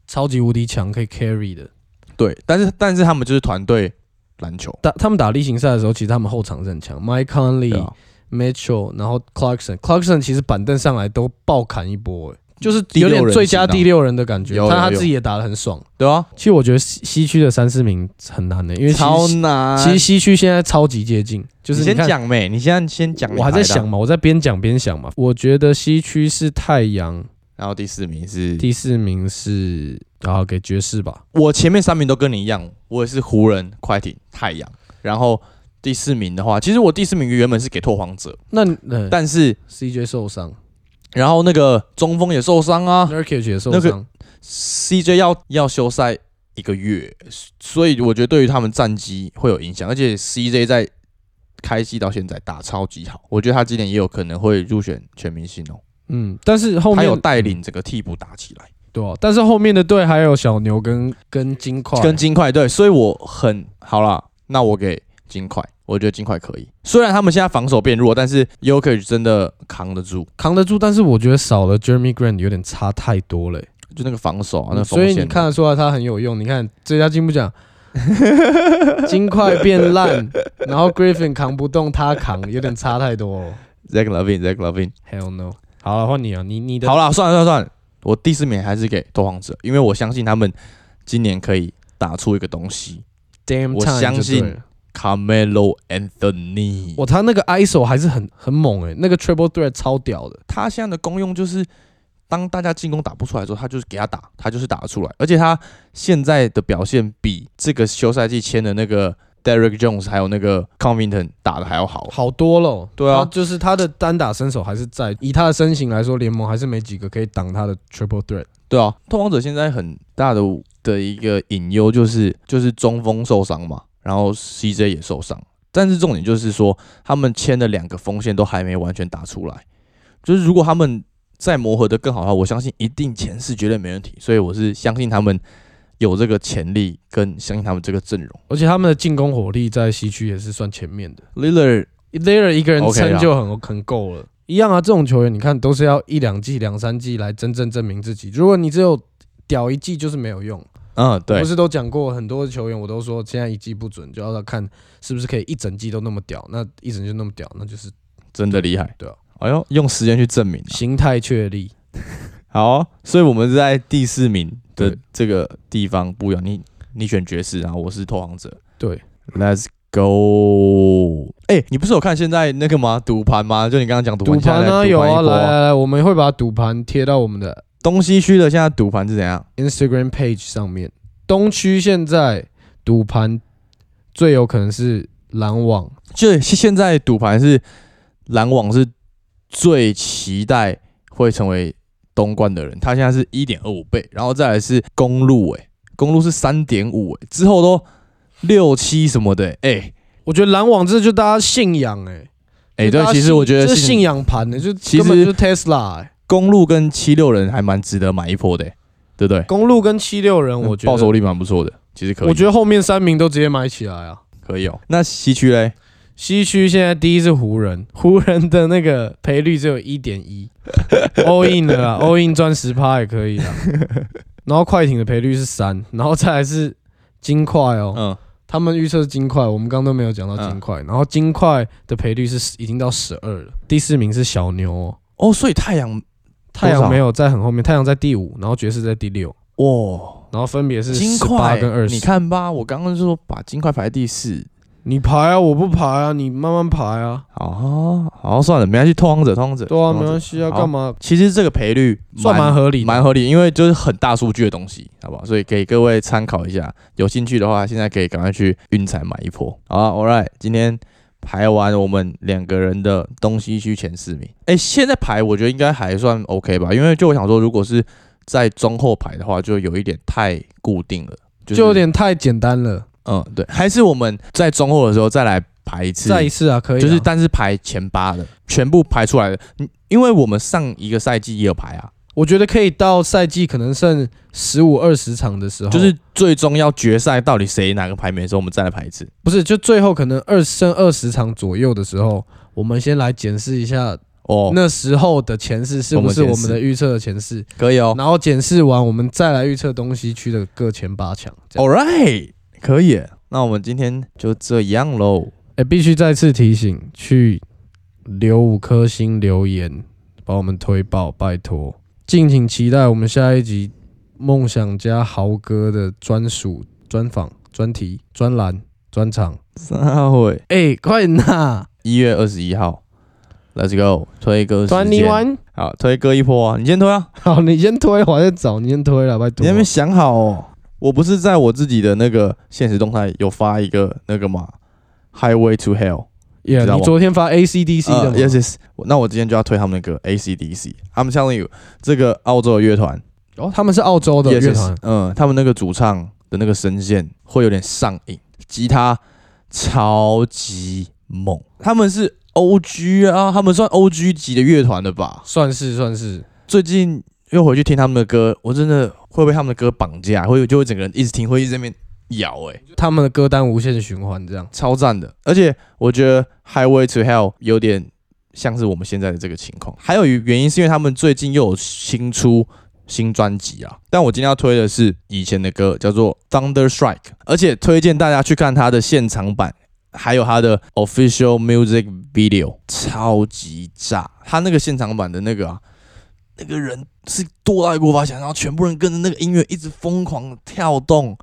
Speaker 3: 超级无敌强，可以 carry 的。
Speaker 2: 对，但是但是他们就是团队篮球，
Speaker 3: 打他们打例行赛的时候，其实他们后场是很强，Mike
Speaker 2: 对
Speaker 3: Conley、
Speaker 2: 啊，
Speaker 3: Mitchell，然后 Clarkson，Clarkson 其实板凳上来都爆砍一波、欸，就是
Speaker 2: 嗯第
Speaker 3: 有
Speaker 2: 六人
Speaker 3: 点最佳
Speaker 2: 行啊
Speaker 3: 第六人的感觉
Speaker 2: 有，有
Speaker 3: 但他
Speaker 2: 有
Speaker 3: 自己也打得很爽。
Speaker 2: 对啊，
Speaker 3: 其实我觉得西西区的三四名很难的、欸因为其实
Speaker 2: 超难。
Speaker 3: 其实西区现在超级接近，就是你
Speaker 2: 你先
Speaker 3: 看，
Speaker 2: 讲没？你啊现在先讲，
Speaker 3: 我还在想。嘛，我在边讲边想嘛。我觉得西区是太阳，
Speaker 2: 然后第四名是，
Speaker 3: 第四名是啊给爵士吧，
Speaker 2: 我前面三名都跟你一样，我也是湖人、快艇、太阳。然后第四名的话，其实我第四名原本是给拓荒者，
Speaker 3: 那呃
Speaker 2: 但是
Speaker 3: CJ 受伤
Speaker 2: 然后那个中锋也受伤啊
Speaker 3: n u r k i c 也受
Speaker 2: 那个
Speaker 3: 伤，
Speaker 2: ，CJ 要要休赛一个月，所以我觉得对于他们战绩会有影响。而且 CJ 在开季到现在打超级好，我觉得他今年也有可能会入选全明星哦。
Speaker 3: 嗯，但是后
Speaker 2: 他
Speaker 3: 面
Speaker 2: 有带领整个替补打起来，
Speaker 3: 对啊，但是后面的队还有小牛跟跟金块，
Speaker 2: 跟金块对，所以我很好啦。那我给金块，我觉得金块可以。虽然他们现在防守变弱，但是 y o k i 真的扛得住，
Speaker 3: 扛得住，但是我觉得少了 Jeremy Grant 有点差太多了欸、嗯
Speaker 2: 就那个防守啊，那
Speaker 3: 所
Speaker 2: 锋
Speaker 3: 以
Speaker 2: 线。
Speaker 3: 你看，得出来他很有用。你看最佳进步 奖，金块变烂，然后 Griffin 扛不动，他扛，有点差太多、哦。
Speaker 2: Zach Levine，Zach Levine。
Speaker 3: Hell no！好了，换你啊，你你的
Speaker 2: 好啦，算了算了算了，我第四名还是给拓荒者，因为我相信他们今年可以打出一个东西。
Speaker 3: damn time
Speaker 2: 我相信
Speaker 3: 就对了
Speaker 2: Carmelo Anthony，
Speaker 3: 哇，他那个 ISO 还是很很猛诶、那个 Triple Threat 超屌的。
Speaker 2: 他现在的功用就是，当大家进攻打不出来的时候，他就是给他打，他就是打得出来。而且他现在的表现比这个休赛季签的那个 Derek Jones 还有那个 Covington 打的还要好。
Speaker 3: 好多咯，
Speaker 2: 对
Speaker 3: 他
Speaker 2: 啊
Speaker 3: 就是他的单打身手还是在，以他的身形来说，联盟还是没几个可以挡他的 Triple Threat。
Speaker 2: 对啊，拓荒者现在很大的的一个隐忧就是就是中锋受伤嘛，然后 CJ 也受伤，但是重点就是说他们签的两个锋线都还没完全打出来，就是如果他们再磨合的更好的话，我相信一定前四绝对没问题，所以我是相信他们有这个潜力，跟相信他们这个阵容。
Speaker 3: 而且他们的进攻火力在西区也是算前面的
Speaker 2: Lillard
Speaker 3: l a y e r 一个人
Speaker 2: OK 啊
Speaker 3: 撑
Speaker 2: 啦
Speaker 3: 就很很够了。一样啊，这种球员你看都是要一两季、两三季来真正证明自己。如果你只有屌一季，就是没有用。
Speaker 2: 嗯，对
Speaker 3: 不，是都讲过很多的球员，我都说现在一季不准，就要看是不是可以一整季都那么屌。那一整季那么屌，那就是
Speaker 2: 真的厉害。
Speaker 3: 对啊，
Speaker 2: 哎呦，用时间去证明、啊。
Speaker 3: 形态确立。
Speaker 2: 好、所以我们是在第四名的
Speaker 3: 对
Speaker 2: 这个地方不一样。你你选爵士，然啊后我是拓荒者。
Speaker 3: 对啊
Speaker 2: ，Let's go。哎、你不是有看现在那个吗？赌盘吗？就你刚刚讲赌
Speaker 3: 赌
Speaker 2: 盘，
Speaker 3: 盘
Speaker 2: 现在
Speaker 3: 啊，
Speaker 2: 在
Speaker 3: 有
Speaker 2: 赌盘
Speaker 3: 啊，
Speaker 2: 一波
Speaker 3: 来来来，我们会把赌盘贴到我们的
Speaker 2: 东西区的现在赌盘是怎样？
Speaker 3: Instagram page 上面。东区现在赌盘最有可能是篮网，
Speaker 2: 就现在赌盘是篮网是最期待会成为东冠的人，他现在是一点二五倍，然后再来是公路、哎，公路是三点五，哎，之后都六七什么的、哎、
Speaker 3: 我觉得篮网这就大家信仰哎、欸，
Speaker 2: 哎、
Speaker 3: 就大家，
Speaker 2: 对其实
Speaker 3: 信
Speaker 2: 我觉得
Speaker 3: 这
Speaker 2: 信
Speaker 3: 信仰盘欸的、就
Speaker 2: 其实
Speaker 3: 根本就是 Tesla、欸。
Speaker 2: 公路跟七六人还蛮值得买一波的、对不对？
Speaker 3: 公路跟七六人，嗯我觉得
Speaker 2: 嗯报酬率蛮不错的，其实可以，
Speaker 3: 我觉得后面三名都直接买起来啊。
Speaker 2: 可以哦。那西区嘞，
Speaker 3: 西区现在第一是湖人，湖人的那个赔率只有一点 一，all in 了啦，all in 赚十趴也可以啦。然后快艇的赔率是三，然后再来是金块哦，
Speaker 2: 嗯，
Speaker 3: 他们预测是金块，我们刚刚都没有讲到金块。然后金块的赔率是已经到十二了，第四名是小牛哦，
Speaker 2: 哦，所以太阳
Speaker 3: 太阳没
Speaker 2: 有
Speaker 3: 有在很后面，太阳在第五，然后爵士在第六，
Speaker 2: 哇，
Speaker 3: 然后分别是
Speaker 2: 金
Speaker 3: 十八
Speaker 2: 块
Speaker 3: 跟二十。
Speaker 2: 你，看吧，我刚刚就说把金块排第四，
Speaker 3: 你排啊，我不排啊，你慢慢排啊，
Speaker 2: 好啊好算了，没关系，拓荒者，拓荒者，
Speaker 3: 对啊，没
Speaker 2: 拓荒者
Speaker 3: 关系啊，
Speaker 2: 好
Speaker 3: 干嘛？
Speaker 2: 其实这个赔率
Speaker 3: 算蛮合理的，
Speaker 2: 蛮合理，因为就是很大数据的东西，好不好？所以给各位参考一下，有兴趣的话，现在可以赶快去运彩买一波。好啊，All right，今天排完我们两个人的东西区前四名，哎、现在排我觉得应该还算 OK 吧，因为就我想说，如果是在中后排的话，就有一点太固定了，就是、
Speaker 3: 就有点太简单了。
Speaker 2: 嗯，对，还是我们在中后的时候再来排一次，
Speaker 3: 再一次啊，可以啊，
Speaker 2: 就是但是排前八的全部排出来的，嗯因为我们上一个赛季也有排啊。
Speaker 3: 我觉得可以到赛季可能剩十五二十场的时候，
Speaker 2: 就是最终要决赛到底谁拿个排名的时候，我们再来排一次。
Speaker 3: 不是就最后可能二剩二十场左右的时候，我们先来检视一下
Speaker 2: 哦，
Speaker 3: 那时候的前四是不是
Speaker 2: 我们
Speaker 3: 我
Speaker 2: 检视
Speaker 3: 们的预测的前四，
Speaker 2: 可以哦。
Speaker 3: 然后检视完我们再来预测东西区的各前八强。这样，
Speaker 2: All right，可以耶。那我们今天就这样喽。
Speaker 3: 哎，必须再次提醒，去留五颗星留言，把我们推爆，拜托。敬请期待我们下一集梦想家豪哥的专属专访、专题、专栏、专场。
Speaker 2: 散会。
Speaker 3: 哎、快点呐
Speaker 2: 一月二十一号，Let's go，推歌时
Speaker 3: ！Twenty
Speaker 2: 间。
Speaker 3: One，
Speaker 2: 好，推歌一波啊！你先推啊，
Speaker 3: 好，你先推，我还在找，你先推了，拜
Speaker 2: 你
Speaker 3: 托
Speaker 2: 还。没想好哦。我不是在我自己的那个现实动态有发一个那个嘛，Highway to Hell。
Speaker 3: 耶、
Speaker 2: 知道
Speaker 3: 你
Speaker 2: 我
Speaker 3: 昨天发 ACDC 的
Speaker 2: 呃
Speaker 3: 吗
Speaker 2: Yes Yes，我那我今天就要推他们的歌 ACDC。I'm telling you，这个澳洲的乐团
Speaker 3: 哦，他们是澳洲的
Speaker 2: Yes,
Speaker 3: 乐
Speaker 2: yes，
Speaker 3: 团
Speaker 2: 嗯，他们那个主唱的那个声线会有点上瘾，吉他超级猛，他们是 O G 啊，他们算 O G 级的乐团了吧？
Speaker 3: 算是算是。
Speaker 2: 最近又回去听他们的歌，我真的会被他们的歌绑架，会就会整个人一直听，会一直在那边咬哎、
Speaker 3: 他们的歌单无限循环这样。
Speaker 2: 超赞的。而且我觉得《Highway to Hell》有点像是我们现在的这个情况。还有原因是因为他们最近又有新出新专辑啊，但我今天要推的是以前的歌，叫做《Thunder Strike》，而且推荐大家去看他的现场版。还有他的 official music video 超级炸，他那个现场版的那个啊，那个人是多到无法想象，全部人跟着那个音乐一直疯狂地跳动，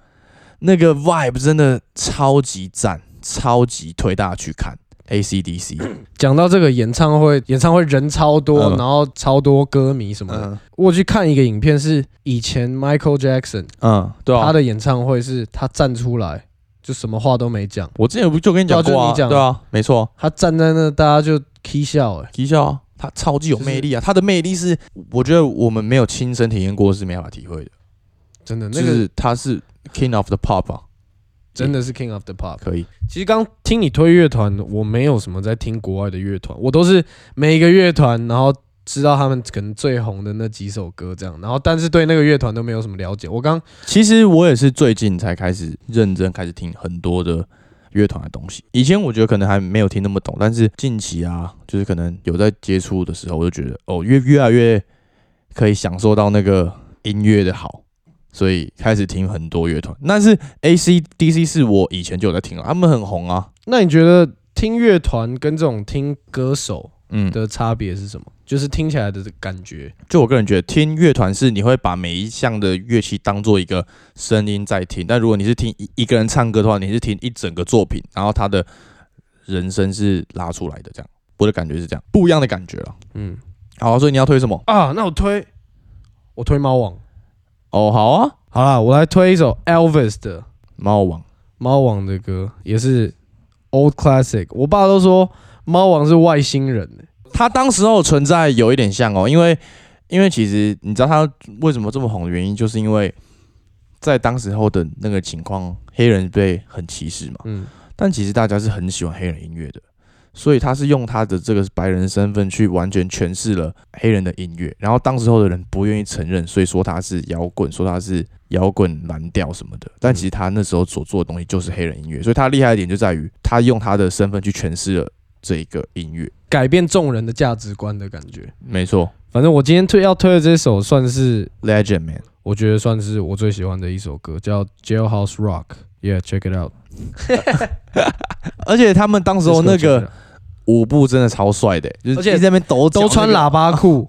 Speaker 2: 那个 vibe 真的超级赞，超级推大家去看 ACDC。
Speaker 3: 讲到这个演唱会，演唱会人超多，
Speaker 2: 嗯
Speaker 3: 然后超多歌迷什么的。
Speaker 2: 嗯
Speaker 3: 我有去看一个影片，是以前 Michael Jackson
Speaker 2: 嗯，对啊，
Speaker 3: 他的演唱会是他站出来就什么话都没讲，
Speaker 2: 我之前不就跟你讲
Speaker 3: 对啊
Speaker 2: 过啊，
Speaker 3: 就是你讲的
Speaker 2: 对啊，没错，
Speaker 3: 他站在那大家就 k 笑哎、
Speaker 2: 皮笑啊，他超级有
Speaker 3: 就是
Speaker 2: 魅力啊，他的魅力是我觉得我们没有亲身体验过是没办法体会的，
Speaker 3: 真的那
Speaker 2: 就
Speaker 3: 个、
Speaker 2: 是他是 King of the Pop 啊，
Speaker 3: 真的是 King of the Pop。
Speaker 2: 可以，
Speaker 3: 其实刚听你推乐团，我没有什么在听国外的乐团，我都是每一个乐团，然后知道他们可能最红的那几首歌这样，然后但是对那个乐团都没有什么了解。我刚
Speaker 2: 其实我也是最近才开始认真开始听很多的乐团的东西。以前我觉得可能还没有听那么懂，但是近期啊，就是可能有在接触的时候，我就觉得哦，越越来越可以享受到那个音乐的好，所以开始听很多乐团。但是 A C D C 是我以前就有在听了，他们很红啊。
Speaker 3: 那你觉得听乐团跟这种听歌手
Speaker 2: 嗯，
Speaker 3: 的差别是什么？就是听起来的感觉，
Speaker 2: 就我个人觉得，听乐团是你会把每一项的乐器当做一个声音在听，但如果你是听一一个人唱歌的话，你是听一整个作品，然后他的人声是拉出来的，这样我的感觉是这样，不一样的感觉了。
Speaker 3: 嗯
Speaker 2: 好，所以你要推什么？
Speaker 3: 啊，那我推我推猫王，
Speaker 2: 哦，好啊，
Speaker 3: 好啦，我来推一首 Elvis 的
Speaker 2: 猫王，
Speaker 3: 猫王的歌，也是 old classic。我爸都说猫王是外星人、欸
Speaker 2: 他当时候存在有一点像哦，因为因为其实你知道他为什么这么红的原因，就是因为在当时候的那个情况，黑人被很歧视嘛，
Speaker 3: 嗯。
Speaker 2: 但其实大家是很喜欢黑人音乐的，所以他是用他的这个白人身份去完全诠释了黑人的音乐。然后当时候的人不愿意承认，所以说他是摇滚，说他是摇滚蓝调什么的。但其实他那时候所做的东西就是黑人音乐，所以他厉害的点就在于他用他的身份去诠释了这一个音乐。
Speaker 3: 改变众人的价值观的感觉。
Speaker 2: 没错
Speaker 3: 反正我今天推要推的这首，算是
Speaker 2: ，Legend Man，
Speaker 3: 我觉得算是我最喜欢的一首歌，叫《Jailhouse Rock》。Yeah，check it out。
Speaker 2: 而且他们当时候那个舞步真的超帅的、就是
Speaker 3: 而且
Speaker 2: 一直在那边抖脚
Speaker 3: 都穿
Speaker 2: 那个
Speaker 3: 喇叭裤，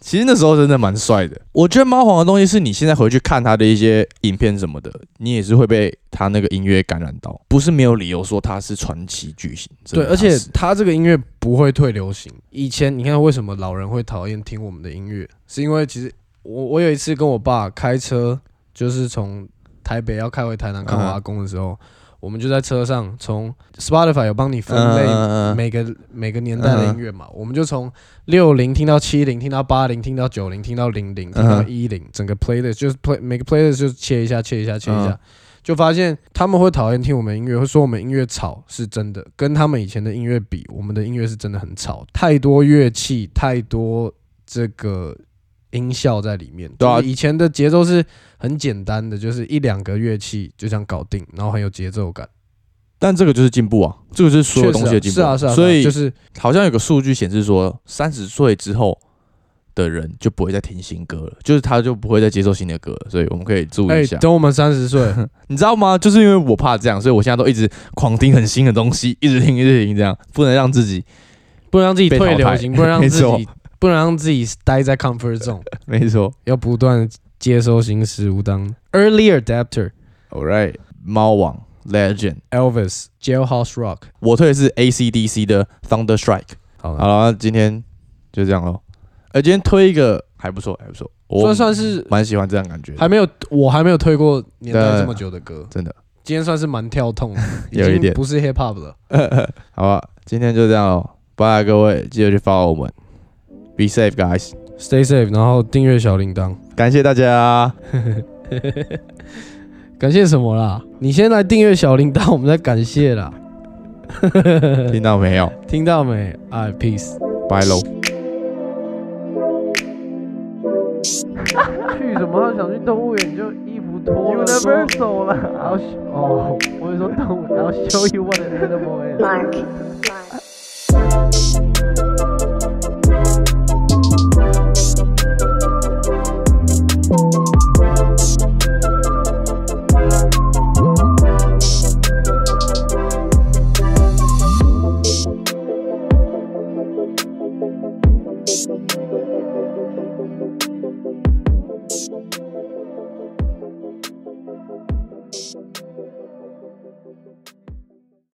Speaker 2: 其实那时候真的蛮帅的。我觉得猫皇的东西是你现在回去看他的一些影片什么的，你也是会被他那个音乐感染到，不是没有理由说他是传奇巨星。真
Speaker 3: 对，
Speaker 2: 的
Speaker 3: 而且
Speaker 2: 他是
Speaker 3: 他这个音乐不会退流行。以前你看为什么老人会讨厌听我们的音乐，是因为其实我我有一次跟我爸开车，就是从台北要开回台南看我
Speaker 2: 嗯
Speaker 3: 阿公的时候，我们就在车上从 Spotify 有帮你分类
Speaker 2: 嗯嗯嗯嗯
Speaker 3: 每个每个年代的音乐嘛，我们就从六零听到七零，听到八零，听到九零，听到零零，听到
Speaker 2: 嗯
Speaker 3: 一零，整个 play 的就是 play 每个 play 的就切一下切一下切一下
Speaker 2: 嗯，
Speaker 3: 就发现他们会讨厌听我们音乐，会说我们音乐吵是真的，跟他们以前的音乐比，我们的音乐是真的很吵，太多乐器，太多这个音效在里面。
Speaker 2: 对啊
Speaker 3: 就是以前的节奏是很简单的，就是一两个乐器就这样搞定，然后很有节奏感。
Speaker 2: 但这个就是进步啊，这个就是所有东西的进步。
Speaker 3: 是啊是啊，
Speaker 2: 所以
Speaker 3: 就是
Speaker 2: 好像有个数据显示说，三十岁之后的人就不会再听新歌了，就是他就不会再接受新的歌了，所以我们可以注意
Speaker 3: 哎
Speaker 2: 一，下。
Speaker 3: 等我们三十 岁，
Speaker 2: 你知道吗？就是因为我怕这样，所以我现在都一直狂听很新的东西，一直听一直听，这样不能让自己
Speaker 3: 不能让自己退流行，
Speaker 2: 被淘汰
Speaker 3: 不能让自
Speaker 2: 没
Speaker 3: 己不能让自己待在 comfort zone，
Speaker 2: 没错。
Speaker 3: 要不断接收新事物。当 early adapter
Speaker 2: All right，猫王 Legend，
Speaker 3: Elvis Jailhouse Rock。
Speaker 2: 我推的是 ACDC 的 Thunder Strike。
Speaker 3: 好
Speaker 2: 好
Speaker 3: 了，
Speaker 2: 了，那今天就这样喽。呃，今天推一个还不错，还不错，我嗯
Speaker 3: 算算是
Speaker 2: 蛮喜欢这样的感觉的，
Speaker 3: 还没有，我还没有推过年代
Speaker 2: 对
Speaker 3: 这么久的歌，
Speaker 2: 真的。
Speaker 3: 今天算是蛮跳痛的， 已
Speaker 2: 有一
Speaker 3: 经
Speaker 2: 点
Speaker 3: 不是 hip hop 了。
Speaker 2: 好吧，今天就这样喽，拜拜各位，记得去 follow 我们，Be safe guys，
Speaker 3: Stay safe，然后订阅小铃铛。
Speaker 2: 感谢大家，
Speaker 3: 感谢什么啦？你先来订阅小铃铛，我们再感谢啦。
Speaker 2: 听到没有？
Speaker 3: 听到没？哎，peace。
Speaker 2: 拜喽。
Speaker 3: 去什么？想去动物园就衣服
Speaker 4: Universal 啦。
Speaker 3: I'll sh- 哦，我是说动物，I'll show you what an animal is。
Speaker 4: Mark